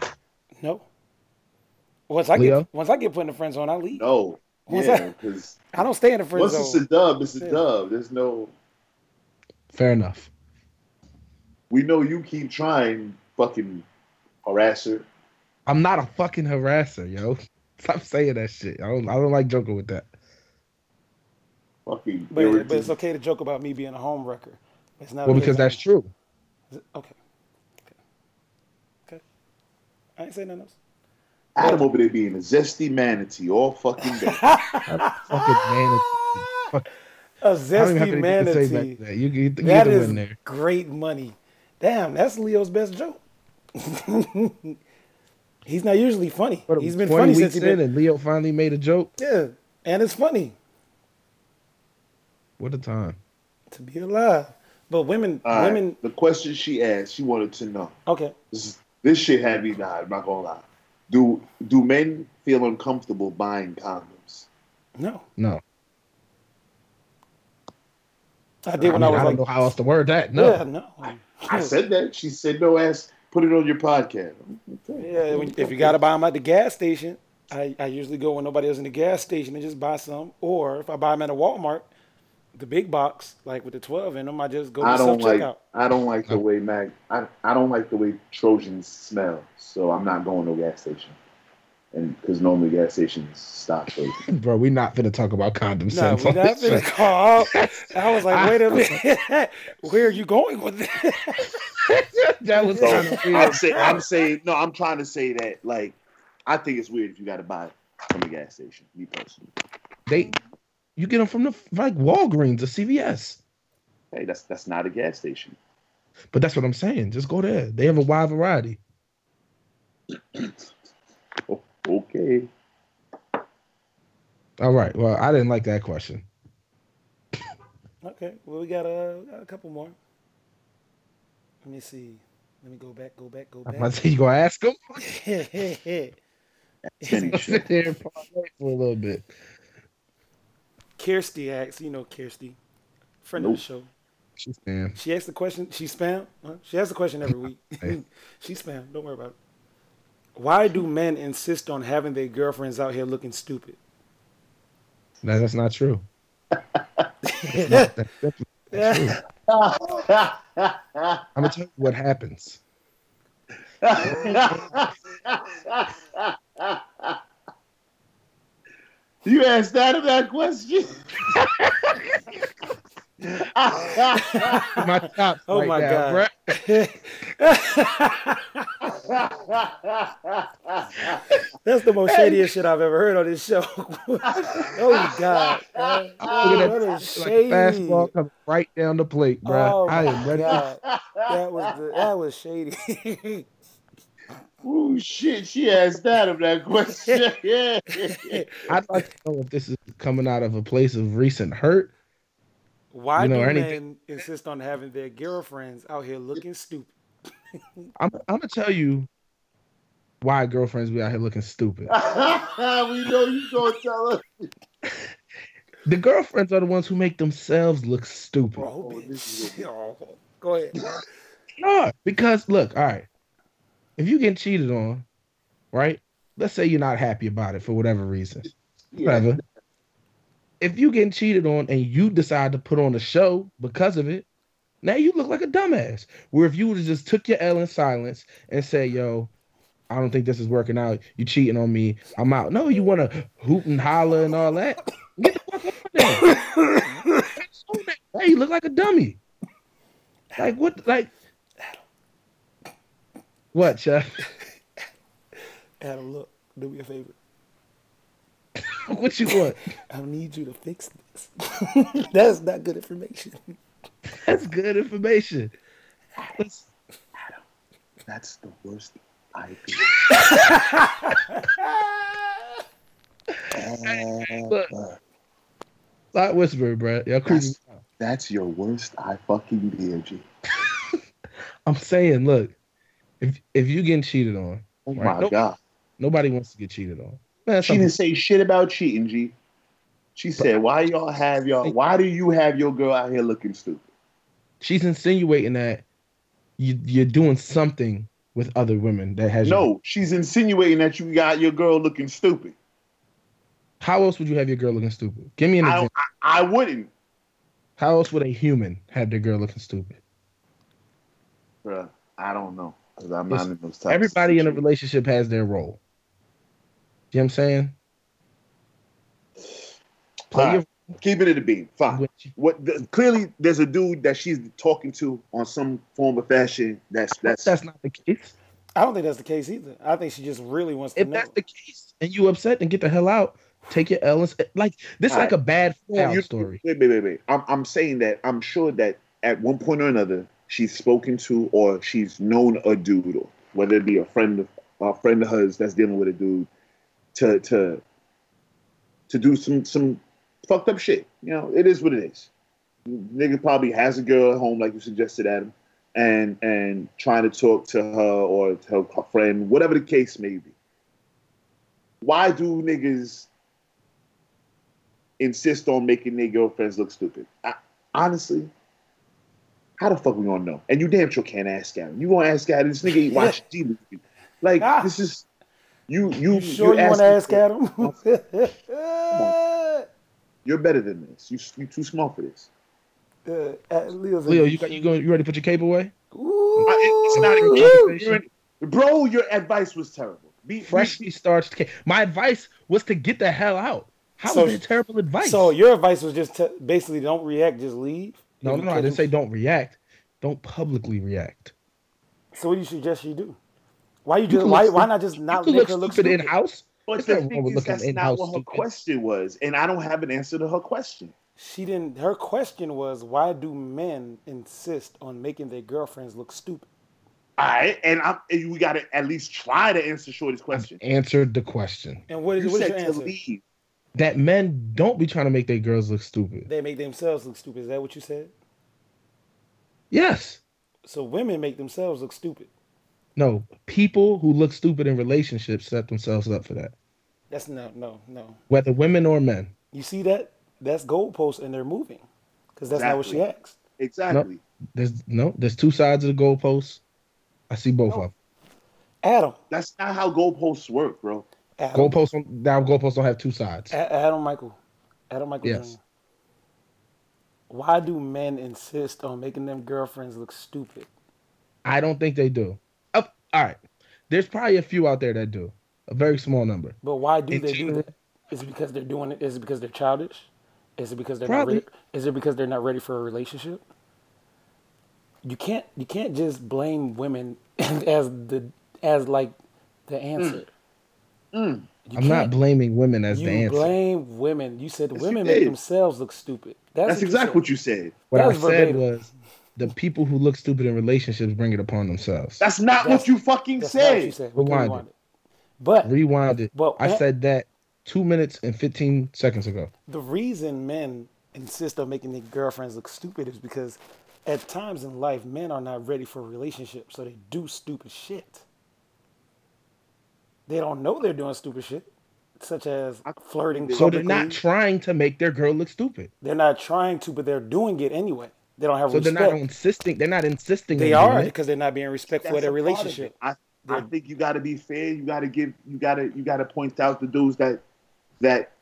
[SPEAKER 3] No. Once I
[SPEAKER 1] Leo?
[SPEAKER 3] get once I get put in the friend zone, I leave.
[SPEAKER 2] No.
[SPEAKER 3] What's
[SPEAKER 2] yeah,
[SPEAKER 3] that?
[SPEAKER 2] because
[SPEAKER 3] I don't stay in the friend
[SPEAKER 2] once it's a
[SPEAKER 3] zone.
[SPEAKER 2] dub, it's a
[SPEAKER 3] Yeah.
[SPEAKER 2] dub. There's no.
[SPEAKER 1] Fair enough.
[SPEAKER 2] We know you keep trying, fucking harasser.
[SPEAKER 1] I'm not a fucking harasser, yo. Stop saying that shit. I don't I don't like joking with that.
[SPEAKER 2] Fucking.
[SPEAKER 3] But, but
[SPEAKER 2] irritant.
[SPEAKER 3] it's okay to joke about me being a home wrecker. It's not
[SPEAKER 1] Well,
[SPEAKER 3] okay
[SPEAKER 1] because
[SPEAKER 3] to-
[SPEAKER 1] that's true.
[SPEAKER 3] okay. Okay. Okay. I ain't saying nothing else.
[SPEAKER 2] Adam over there being a zesty manatee all fucking day.
[SPEAKER 1] Fucking
[SPEAKER 3] Ah,
[SPEAKER 1] manatee. Fuck,
[SPEAKER 3] A
[SPEAKER 1] I don't even have
[SPEAKER 3] zesty
[SPEAKER 1] anything to say back
[SPEAKER 3] manatee.
[SPEAKER 1] to that. You, you, you get
[SPEAKER 3] That
[SPEAKER 1] them
[SPEAKER 3] is
[SPEAKER 1] in there.
[SPEAKER 3] great money. Damn, that's Leo's best joke. he's not usually funny.
[SPEAKER 1] What,
[SPEAKER 3] He's been
[SPEAKER 1] 20
[SPEAKER 3] funny
[SPEAKER 1] weeks
[SPEAKER 3] since he's
[SPEAKER 1] in,
[SPEAKER 3] been.
[SPEAKER 1] and Leo finally made a joke.
[SPEAKER 3] Yeah, and it's funny
[SPEAKER 1] What a time.
[SPEAKER 3] to be alive. But women,
[SPEAKER 2] All right,
[SPEAKER 3] women.
[SPEAKER 2] The question she asked, she wanted to know.
[SPEAKER 3] Okay,
[SPEAKER 2] This, is- this shit had me nah, I'm not gonna lie. Do do men feel uncomfortable buying condoms?
[SPEAKER 3] no,
[SPEAKER 1] No.
[SPEAKER 3] I did when
[SPEAKER 1] I, mean, I
[SPEAKER 3] I, was
[SPEAKER 1] don't
[SPEAKER 3] like,
[SPEAKER 1] know how else to word that. No.
[SPEAKER 3] yeah, no.
[SPEAKER 2] I said that. She said, no ass, put it on your podcast. Okay.
[SPEAKER 3] Yeah, when, if you gotta buy them at the gas station, I, I usually go when nobody else in the gas station and just buy some. Or if I buy them at a Walmart, the big box, like with the twelve in them, I just go
[SPEAKER 2] I
[SPEAKER 3] to self
[SPEAKER 2] don't like
[SPEAKER 3] checkout.
[SPEAKER 2] I don't like the way Mac I, I don't like the way Trojans smell, so I'm not going to a gas station. And because normally gas stations stop Trojans.
[SPEAKER 1] Bro, we not finna talk about condom
[SPEAKER 3] No,
[SPEAKER 1] sex
[SPEAKER 3] we
[SPEAKER 1] on
[SPEAKER 3] not
[SPEAKER 1] this
[SPEAKER 3] gonna
[SPEAKER 1] show.
[SPEAKER 3] call. I was like, wait a minute, where are you going with this?
[SPEAKER 1] that was
[SPEAKER 2] So
[SPEAKER 1] kind of
[SPEAKER 2] I'm
[SPEAKER 1] weird.
[SPEAKER 2] saying I'm
[SPEAKER 5] saying no. I'm trying to say that like I think it's weird if you got to buy it from the gas station. Me personally,
[SPEAKER 1] They, you get them from the like Walgreens or CVS.
[SPEAKER 5] hey, that's that's not a gas station.
[SPEAKER 1] But that's what I'm saying. Just go there. They have a wide variety.
[SPEAKER 5] Oh, okay,
[SPEAKER 1] All right. Well, I didn't like that question.
[SPEAKER 3] Okay, well we got a, we got a couple more. Let me see. Let me go back, go back, go
[SPEAKER 1] I'm about
[SPEAKER 3] back.
[SPEAKER 1] to say you gonna ask them.
[SPEAKER 5] Finish.
[SPEAKER 1] Sit there and parlay for a little bit.
[SPEAKER 3] Kirsty asks, you know Kirsty, friend of
[SPEAKER 5] Nope.
[SPEAKER 3] the show.
[SPEAKER 1] She's man.
[SPEAKER 3] She asked the question. She spam. Huh? She asks the question every week.
[SPEAKER 1] Hey.
[SPEAKER 3] she spam. Don't worry about it. Why do men insist on having their girlfriends out here looking stupid?
[SPEAKER 1] No, that's not true.
[SPEAKER 3] yeah,
[SPEAKER 1] That's definitely not true. I'm gonna tell you what happens.
[SPEAKER 2] you asked that of that question?
[SPEAKER 1] My top
[SPEAKER 3] Oh
[SPEAKER 1] right
[SPEAKER 3] my
[SPEAKER 1] now,
[SPEAKER 3] God.
[SPEAKER 1] bruh.
[SPEAKER 3] that's the most shadiest shit I've ever heard on this show. oh God, man.
[SPEAKER 1] Look at that.
[SPEAKER 3] Oh, what is
[SPEAKER 1] Like a
[SPEAKER 3] shady?
[SPEAKER 1] fastball comes right down the plate, bruh.
[SPEAKER 3] Oh
[SPEAKER 1] I
[SPEAKER 3] my
[SPEAKER 1] am ready.
[SPEAKER 3] God, that was the, that was shady.
[SPEAKER 2] Ooh, shit, she asked that of that question. yeah.
[SPEAKER 1] I'd like to know if this is coming out of a place of recent hurt.
[SPEAKER 3] Why
[SPEAKER 1] You know,
[SPEAKER 3] do
[SPEAKER 1] or
[SPEAKER 3] men
[SPEAKER 1] anything-
[SPEAKER 3] insist on having their girlfriends out here looking stupid?
[SPEAKER 1] I'm, I'm gonna tell you why girlfriends be out here looking stupid.
[SPEAKER 2] we know you gonna tell us.
[SPEAKER 1] The girlfriends are the ones who make themselves look stupid.
[SPEAKER 3] Oh,
[SPEAKER 2] Oh, this
[SPEAKER 3] bitch. Oh, go ahead.
[SPEAKER 1] No, because look, all right. If you get cheated on, right? Let's say you're not happy about it for whatever reason.
[SPEAKER 2] Yeah.
[SPEAKER 1] Whatever. If you getting cheated on and you decide to put on a show because of it, now you look like a dumbass. Where if you would have just took your L in silence and say, "Yo, I don't think this is working out. You cheating on me. I'm out." No, you want to hoot and holler and all that. Get the fuck out there. That's so bad. Now you look like a dummy. Like what? Like what, Chuck?
[SPEAKER 3] Adam, look, do me a favor.
[SPEAKER 1] What you want?
[SPEAKER 3] I need you to fix this. That's not good information.
[SPEAKER 1] That's good information. Let's-
[SPEAKER 5] that's the worst idea.
[SPEAKER 1] Look. Stop whispering, bro. Y'all creepy.
[SPEAKER 5] That's that's your worst I fucking dear G.
[SPEAKER 1] I'm saying, look, if if you getting cheated on,
[SPEAKER 5] Oh
[SPEAKER 1] Right.
[SPEAKER 5] my
[SPEAKER 1] Nope.
[SPEAKER 5] god.
[SPEAKER 1] nobody wants to get cheated on. Man,
[SPEAKER 2] She didn't say shit about cheating, G. She said, "Why y'all have y'all? Why do you have your girl out here looking stupid?"
[SPEAKER 1] she's insinuating that you you're doing something with other women that has you.
[SPEAKER 2] No, she's insinuating that you got your girl looking stupid.
[SPEAKER 1] How else would you have your girl looking stupid? Give me an
[SPEAKER 2] I
[SPEAKER 1] example.
[SPEAKER 2] don't, I, I wouldn't,
[SPEAKER 1] How else would a human have their girl looking stupid?
[SPEAKER 2] bruh. I don't know because I'm not in those types. of
[SPEAKER 1] Everybody in a
[SPEAKER 2] situations.
[SPEAKER 1] relationship has their role. You know what I'm saying? Play
[SPEAKER 2] Alright,
[SPEAKER 1] your
[SPEAKER 2] Keeping it a beam. Fine. What the, clearly there's a dude that she's talking to on some form of fashion. That's that's
[SPEAKER 1] that's not the case.
[SPEAKER 3] I don't think that's the case either. I think she just really wants to
[SPEAKER 1] If
[SPEAKER 3] know.
[SPEAKER 1] that's the case and you upset, then get the hell out. Take your L and s- like this is like a bad fallout
[SPEAKER 2] You-
[SPEAKER 1] story.
[SPEAKER 2] Wait, wait, wait, wait. I'm, I'm saying that I'm sure that at one point or another, she's spoken to or she's known a dude, or whether it be a friend of a friend of hers that's dealing with a dude, to to to do some some fucked up shit. You know, it is what it is. Nigga probably has a girl at home, like you suggested, Adam, and and trying to talk to her or to her friend, whatever the case may be. Why do niggas insist on making their girlfriends look stupid? I, honestly, how the fuck we gonna know? And you damn sure can't ask Gavin. You gonna ask Gavin? This nigga ain't watching TV. Like
[SPEAKER 3] Ah.
[SPEAKER 2] this is you. You,
[SPEAKER 3] You sure
[SPEAKER 2] you're
[SPEAKER 3] you want to
[SPEAKER 2] asking
[SPEAKER 3] ask
[SPEAKER 2] for-
[SPEAKER 3] Adam?
[SPEAKER 2] You're better than this. You you too smart for this.
[SPEAKER 3] Uh, uh, Leo's in
[SPEAKER 1] Leo,
[SPEAKER 3] the-
[SPEAKER 1] you got you going? You ready to put your cape away?
[SPEAKER 3] Ooh.
[SPEAKER 2] I- it's not a
[SPEAKER 3] Ooh.
[SPEAKER 2] You're in- bro, your advice was terrible. Be be-
[SPEAKER 1] Freshly starched cape. My advice was to get the hell out. How is
[SPEAKER 3] So-
[SPEAKER 1] that terrible advice?
[SPEAKER 3] So your advice was just to basically don't react, just leave.
[SPEAKER 1] no, no,
[SPEAKER 3] If you
[SPEAKER 1] no. I
[SPEAKER 3] catch
[SPEAKER 1] didn't
[SPEAKER 3] him-
[SPEAKER 1] say don't react. Don't publicly react.
[SPEAKER 3] So what do you suggest she do? Why you
[SPEAKER 1] You
[SPEAKER 3] just
[SPEAKER 1] can
[SPEAKER 3] why
[SPEAKER 1] look
[SPEAKER 3] why
[SPEAKER 1] stupid.
[SPEAKER 3] not just not
[SPEAKER 1] you look
[SPEAKER 3] make her
[SPEAKER 1] stupid,
[SPEAKER 3] look stupid?
[SPEAKER 1] in house. There's
[SPEAKER 2] But the
[SPEAKER 1] nothing wrong
[SPEAKER 2] thing
[SPEAKER 1] with
[SPEAKER 2] is,
[SPEAKER 1] looking
[SPEAKER 2] that's
[SPEAKER 1] in-house
[SPEAKER 2] not what her
[SPEAKER 1] stupid.
[SPEAKER 2] question was, and I don't have an answer to her question.
[SPEAKER 3] She didn't. Her question was, why do men insist on making their girlfriends look stupid?
[SPEAKER 2] All right, and I'm and we got to at least try to answer Shorty's question.
[SPEAKER 1] Answered the question.
[SPEAKER 3] And what is
[SPEAKER 2] You
[SPEAKER 3] what is
[SPEAKER 2] said
[SPEAKER 3] your
[SPEAKER 2] to
[SPEAKER 3] answer?
[SPEAKER 2] leave.
[SPEAKER 1] That men don't be trying to make their girls look stupid.
[SPEAKER 3] They make themselves look stupid. Is that what you said?
[SPEAKER 1] Yes.
[SPEAKER 3] So women make themselves look stupid.
[SPEAKER 1] No. People who look stupid in relationships set themselves up for that.
[SPEAKER 3] That's no, no, no.
[SPEAKER 1] Whether women or men.
[SPEAKER 3] You see that? That's goalposts, and they're moving, because that's not what she
[SPEAKER 2] Exactly.
[SPEAKER 3] asked.
[SPEAKER 2] Exactly.
[SPEAKER 1] There's no. There's two sides of the goalpost. I see both
[SPEAKER 3] No.
[SPEAKER 1] of
[SPEAKER 3] Adam,
[SPEAKER 2] That's not how goalposts work, bro.
[SPEAKER 1] them.
[SPEAKER 3] Adam,
[SPEAKER 1] Goalposts don't- now. Goalposts don't have two sides.
[SPEAKER 3] A- Adam Michael, Adam Michael
[SPEAKER 1] Yes.
[SPEAKER 3] Jr. Why do men insist on making them girlfriends look stupid?
[SPEAKER 1] I don't think they do. Up. all right. There's probably a few out there that do. A very small number.
[SPEAKER 3] But why do
[SPEAKER 1] In
[SPEAKER 3] they do
[SPEAKER 1] general-
[SPEAKER 3] that? Is it because they're doing it? Is it because they're childish? Is it because they're
[SPEAKER 1] Probably.
[SPEAKER 3] not ready? Is it because they're not ready for a relationship? You can't you can't just blame women as the as like the answer. You
[SPEAKER 1] I'm not blaming women as
[SPEAKER 3] you
[SPEAKER 1] the answer.
[SPEAKER 3] blame women. You said
[SPEAKER 2] you
[SPEAKER 3] women make
[SPEAKER 2] did.
[SPEAKER 3] themselves look stupid. That's,
[SPEAKER 2] That's
[SPEAKER 3] what
[SPEAKER 2] exactly
[SPEAKER 3] you
[SPEAKER 2] what you said.
[SPEAKER 1] what
[SPEAKER 3] That
[SPEAKER 1] I
[SPEAKER 3] was
[SPEAKER 1] said
[SPEAKER 3] verbatim.
[SPEAKER 1] was the people who look stupid in relationships bring it upon themselves.
[SPEAKER 2] That's not
[SPEAKER 3] That's-
[SPEAKER 2] what you fucking
[SPEAKER 3] said. That's not what you
[SPEAKER 2] said.
[SPEAKER 3] said. We can
[SPEAKER 1] Rewind
[SPEAKER 3] rewind it. But
[SPEAKER 1] Rewind it.
[SPEAKER 3] Well,
[SPEAKER 1] I
[SPEAKER 3] eh.
[SPEAKER 1] said that two minutes and 15 seconds ago.
[SPEAKER 3] the reason men insist on making their girlfriends look stupid is because at times in life men are not ready for relationships so they do stupid shit they don't know they're doing stupid shit such as flirting
[SPEAKER 1] So they're
[SPEAKER 3] publicly
[SPEAKER 1] not trying to make their girl look stupid.
[SPEAKER 3] They're not trying to but they're doing it anyway they don't have
[SPEAKER 1] So
[SPEAKER 3] respect
[SPEAKER 1] they're not insisting. They're not insisting.
[SPEAKER 3] they
[SPEAKER 1] on doing
[SPEAKER 3] are
[SPEAKER 1] it.
[SPEAKER 3] because they're not being respectful
[SPEAKER 2] That's
[SPEAKER 3] of their
[SPEAKER 2] a part of
[SPEAKER 3] relationship
[SPEAKER 2] it. I, I
[SPEAKER 3] They're-
[SPEAKER 2] think you got to be fair. You got to give. You got to. You got to point out the dudes that that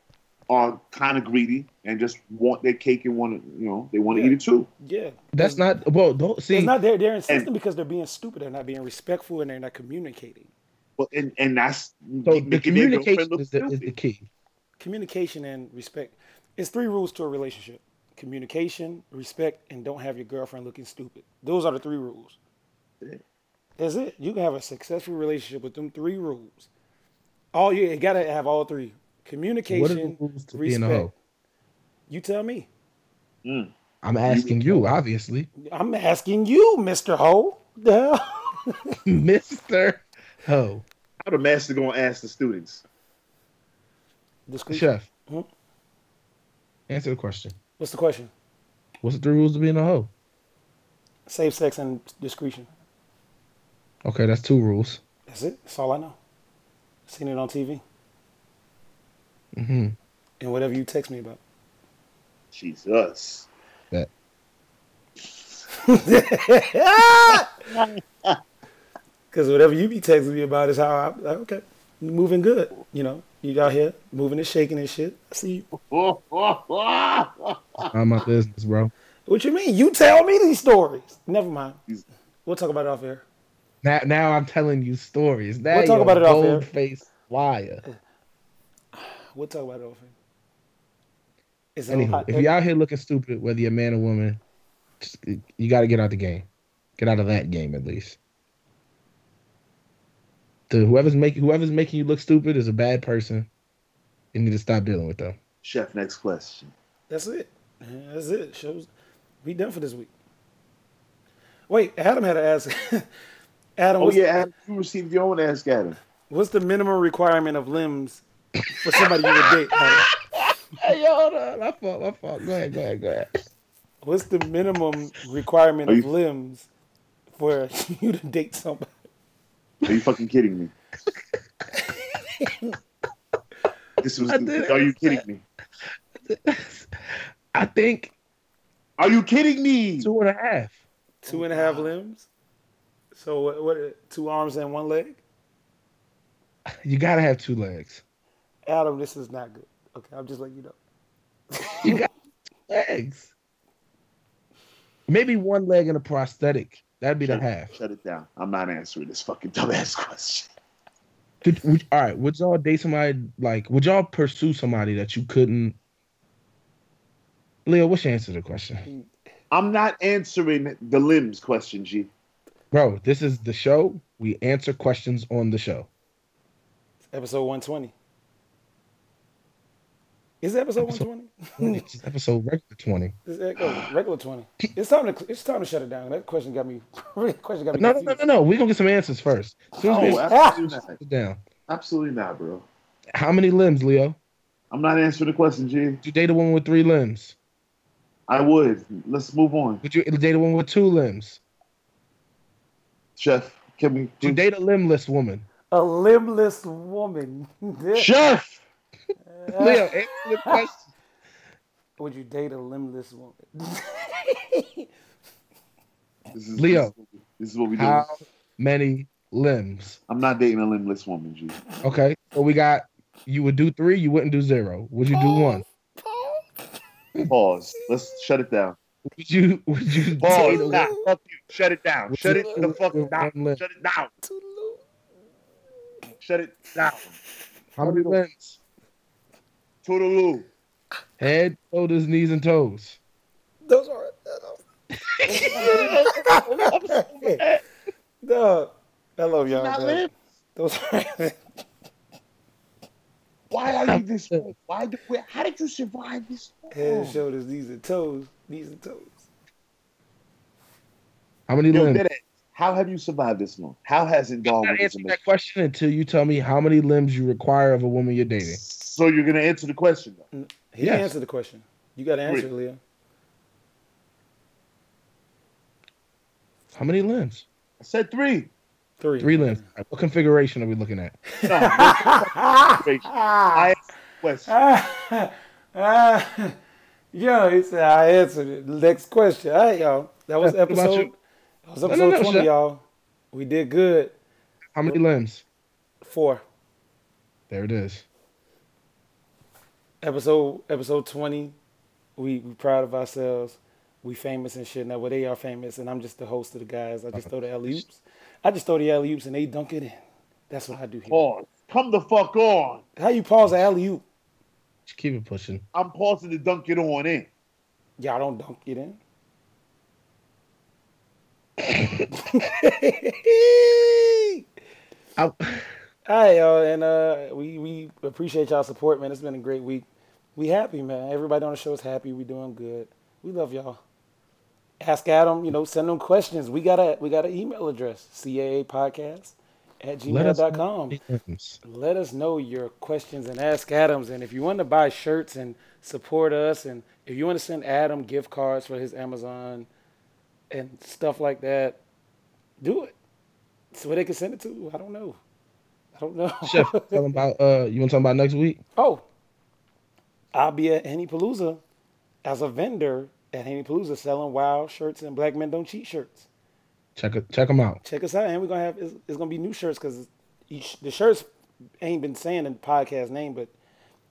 [SPEAKER 2] are kind of greedy and just want their cake and want to. You know, they want to
[SPEAKER 3] Yeah.
[SPEAKER 2] eat it too.
[SPEAKER 3] yeah
[SPEAKER 1] That's not. Well, don't see.
[SPEAKER 3] it's not they're, they're insisting because they're being stupid they're not being respectful and they're not communicating
[SPEAKER 2] But and and that's
[SPEAKER 1] so the
[SPEAKER 2] making their girlfriend
[SPEAKER 1] communication
[SPEAKER 2] look
[SPEAKER 1] is the, is the
[SPEAKER 2] stupid.
[SPEAKER 1] key.
[SPEAKER 3] communication and respect. It's three rules to a relationship: communication, respect, and don't have your girlfriend looking stupid. Those are the three rules. That's it. You can have a successful relationship with them three rules. All you, you gotta have all three: communication,
[SPEAKER 1] What are the rules to being
[SPEAKER 3] respect.
[SPEAKER 1] a hoe?
[SPEAKER 3] You tell me.
[SPEAKER 1] I'm asking you, obviously,
[SPEAKER 3] I'm asking you, Mister Ho. The hell?
[SPEAKER 1] Mister Ho
[SPEAKER 2] How the master gonna ask the students?
[SPEAKER 3] Discreet.
[SPEAKER 1] Chef.
[SPEAKER 3] Hmm?
[SPEAKER 1] Answer the question.
[SPEAKER 3] What's the question?
[SPEAKER 1] What's the rules to being a hoe?
[SPEAKER 3] Safe sex and discretion.
[SPEAKER 1] Okay, that's two rules.
[SPEAKER 3] That's it. That's all I know. Seen it on TV
[SPEAKER 1] hmm
[SPEAKER 3] and whatever you text me about.
[SPEAKER 2] Jesus.
[SPEAKER 1] That
[SPEAKER 3] Because whatever you be texting me about is how I'm like, okay, you moving good. You know, you out here moving and shaking and shit. I see you.
[SPEAKER 1] mind my business, bro.
[SPEAKER 3] What you mean? You tell me these stories. Never mind.
[SPEAKER 2] He's-
[SPEAKER 3] We'll talk about it off air.
[SPEAKER 1] Now, now I'm telling you stories. Now
[SPEAKER 3] We'll talk
[SPEAKER 1] you're
[SPEAKER 3] about it
[SPEAKER 1] a
[SPEAKER 3] off air.
[SPEAKER 1] gold faced liar.
[SPEAKER 3] We'll talk about it off air. It's a
[SPEAKER 1] Anywho,
[SPEAKER 3] lot-
[SPEAKER 1] if you're out here looking stupid, whether you're a man or woman, just, you got to get out the game. Get out of that game at least. The whoever's making whoever's making you look stupid is a bad person. You need to stop dealing with them.
[SPEAKER 2] Chef, next question.
[SPEAKER 3] that's it. That's it. Shows. We done for this week. Wait, Adam had to ask. Adam,
[SPEAKER 2] Oh
[SPEAKER 3] what's,
[SPEAKER 2] yeah, Adam, you received your own ask, Adam.
[SPEAKER 3] what's the minimum requirement of limbs for somebody you would date? Adam?
[SPEAKER 1] Hey, yo, hold on. My fault. My fault. Go ahead. Go ahead. Go ahead.
[SPEAKER 3] What's the minimum requirement
[SPEAKER 2] Are
[SPEAKER 3] of
[SPEAKER 2] you-
[SPEAKER 3] limbs for you to date somebody?
[SPEAKER 2] Are you fucking kidding me? this was.
[SPEAKER 1] I did it.
[SPEAKER 2] Are you kidding me?
[SPEAKER 1] I think
[SPEAKER 2] Are you kidding me?
[SPEAKER 1] Two and a half.
[SPEAKER 3] Two and a half limbs. So what? What? Two arms and one leg.
[SPEAKER 1] You gotta have two legs.
[SPEAKER 3] Adam, this is not good. Okay, I'm just letting you know.
[SPEAKER 1] You got two legs. Maybe one leg and a prosthetic. That'd be the half.
[SPEAKER 2] Shut it down. I'm not answering this fucking dumbass question.
[SPEAKER 1] Could, would, all right, would y'all date somebody like? Would y'all pursue somebody that you couldn't? Leo, what's your answer to the question,
[SPEAKER 2] I'm not answering the limbs question, G.
[SPEAKER 1] bro? This is the show. We answer questions on the show.
[SPEAKER 3] Episode 120. Is it episode 120?
[SPEAKER 1] It's episode regular twenty.
[SPEAKER 3] Is that- oh, regular 20. It's time to it's time to shut it down. That question got me. that question got me.
[SPEAKER 1] No, no, no, no, no. We gonna get some answers first. As soon as we
[SPEAKER 2] No,
[SPEAKER 1] answer
[SPEAKER 2] absolutely not.
[SPEAKER 1] it down.
[SPEAKER 2] Absolutely not, bro.
[SPEAKER 1] How many limbs, Leo?
[SPEAKER 2] I'm not answering the question, G.
[SPEAKER 1] Would you date a woman with three limbs?
[SPEAKER 2] I would. Let's move on.
[SPEAKER 1] Would you date a woman with two limbs?
[SPEAKER 2] Chef, can we?
[SPEAKER 1] Would you date a limbless woman?
[SPEAKER 3] A limbless woman.
[SPEAKER 2] Chef!
[SPEAKER 1] Leo, answer the question.
[SPEAKER 3] Would you date a limbless woman?
[SPEAKER 2] This is,
[SPEAKER 1] Leo.
[SPEAKER 2] This is what we do.
[SPEAKER 1] How many limbs?
[SPEAKER 2] I'm not dating a limbless woman, G.
[SPEAKER 1] Okay, so we got you would do three, you wouldn't do zero. Would you do one?
[SPEAKER 2] Pause. Let's shut it down.
[SPEAKER 1] Would you would you date a
[SPEAKER 2] Pause. Nah,
[SPEAKER 1] woman
[SPEAKER 2] fuck you. Shut it down.
[SPEAKER 1] with
[SPEAKER 2] Shut it
[SPEAKER 1] two-
[SPEAKER 2] the fuck
[SPEAKER 1] with
[SPEAKER 2] down.
[SPEAKER 1] one limb?
[SPEAKER 2] Shut it down.
[SPEAKER 3] Too low.
[SPEAKER 2] Shut it down.
[SPEAKER 1] How many limbs?
[SPEAKER 2] Toodaloo.
[SPEAKER 1] Head, shoulders, knees, and toes.
[SPEAKER 3] Those are. Dog, I love y'all.
[SPEAKER 2] Not
[SPEAKER 3] dog.
[SPEAKER 2] limb.
[SPEAKER 3] Those are.
[SPEAKER 2] Why are you this? Why? Do we, how did you survive this?
[SPEAKER 3] Head,
[SPEAKER 2] long?
[SPEAKER 3] shoulders, knees, and toes. Knees and toes.
[SPEAKER 1] How many
[SPEAKER 2] Yo,
[SPEAKER 1] limbs?
[SPEAKER 2] deadass, how have you survived this long? How hasn't
[SPEAKER 1] I'm not
[SPEAKER 2] Darwinism?
[SPEAKER 1] answering that question until you tell me how many limbs you require of a woman you're dating.
[SPEAKER 2] So you're gonna answer the question though.
[SPEAKER 3] He
[SPEAKER 1] Yes.
[SPEAKER 3] answered the question. You got to answer,
[SPEAKER 2] Three.
[SPEAKER 3] Leo.
[SPEAKER 1] How many limbs?
[SPEAKER 2] I said three.
[SPEAKER 3] Three.
[SPEAKER 1] Three limbs. All right, What configuration are we looking at?
[SPEAKER 2] No, that's great. I asked the question.
[SPEAKER 3] Ah, ah. Yo, he said I answered it. Next question. All right, y'all. That was
[SPEAKER 1] What about
[SPEAKER 3] episode.
[SPEAKER 1] you?
[SPEAKER 3] That was
[SPEAKER 1] no,
[SPEAKER 3] episode
[SPEAKER 1] no,
[SPEAKER 3] twenty,
[SPEAKER 1] shut-
[SPEAKER 3] y'all. We did good.
[SPEAKER 1] How many limbs?
[SPEAKER 3] Four.
[SPEAKER 1] There it is.
[SPEAKER 3] Episode episode twenty. We we proud of ourselves. We famous and shit. Now, well, they are famous, and I'm just the host of the guys. I just throw the alley oops. I just throw the alley oops, and they dunk it in. That's what I do here.
[SPEAKER 2] Pause. Come the fuck on.
[SPEAKER 3] How you pause an alley oop?
[SPEAKER 1] Just keep it pushing.
[SPEAKER 2] I'm pausing to dunk it on in.
[SPEAKER 3] Y'all don't dunk it in.
[SPEAKER 1] I,
[SPEAKER 3] All right, y'all, and uh, we we appreciate y'all support, man. It's been a great week. We happy, man. Everybody on the show is happy. We doing good. We love y'all. Ask Adam, you know, send them questions. We got a we got an email address, CAA podcast at
[SPEAKER 1] let us know how
[SPEAKER 3] gmail.com.
[SPEAKER 1] many limbs.
[SPEAKER 3] Let us know your questions and ask Adams. And if you want to buy shirts and support us, and if you want to send Adam gift cards for his Amazon and stuff like that, do it. So where they can send it to? I don't know. I don't know.
[SPEAKER 1] Chef, tell 'em about uh you want to talk about next week?
[SPEAKER 3] Oh, I'll be at Henny Palooza as a vendor at Henny Palooza selling wild shirts and Black Men Don't Cheat shirts.
[SPEAKER 1] Check it- check them out.
[SPEAKER 3] Check us out, and we're gonna have it's, it's gonna be new shirts because each the shirts ain't been saying the podcast name, but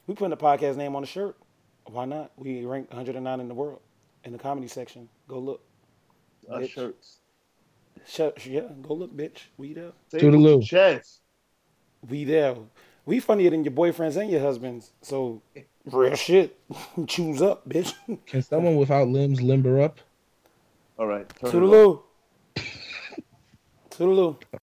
[SPEAKER 3] we putting the podcast name on the shirt. Why not? We rank 109 in the world in the comedy section. Go look,
[SPEAKER 2] Us
[SPEAKER 3] Bitch.
[SPEAKER 2] shirts.
[SPEAKER 3] Shut, yeah, go look, bitch. We there,
[SPEAKER 2] Say
[SPEAKER 1] Toodaloo.
[SPEAKER 2] with your Chest.
[SPEAKER 3] we there. We funnier than your boyfriends and your husbands. So real shit. Choose up, bitch.
[SPEAKER 1] Can someone without limbs limber up?
[SPEAKER 2] All right. Turn it off.
[SPEAKER 3] Toodaloo. Toodaloo.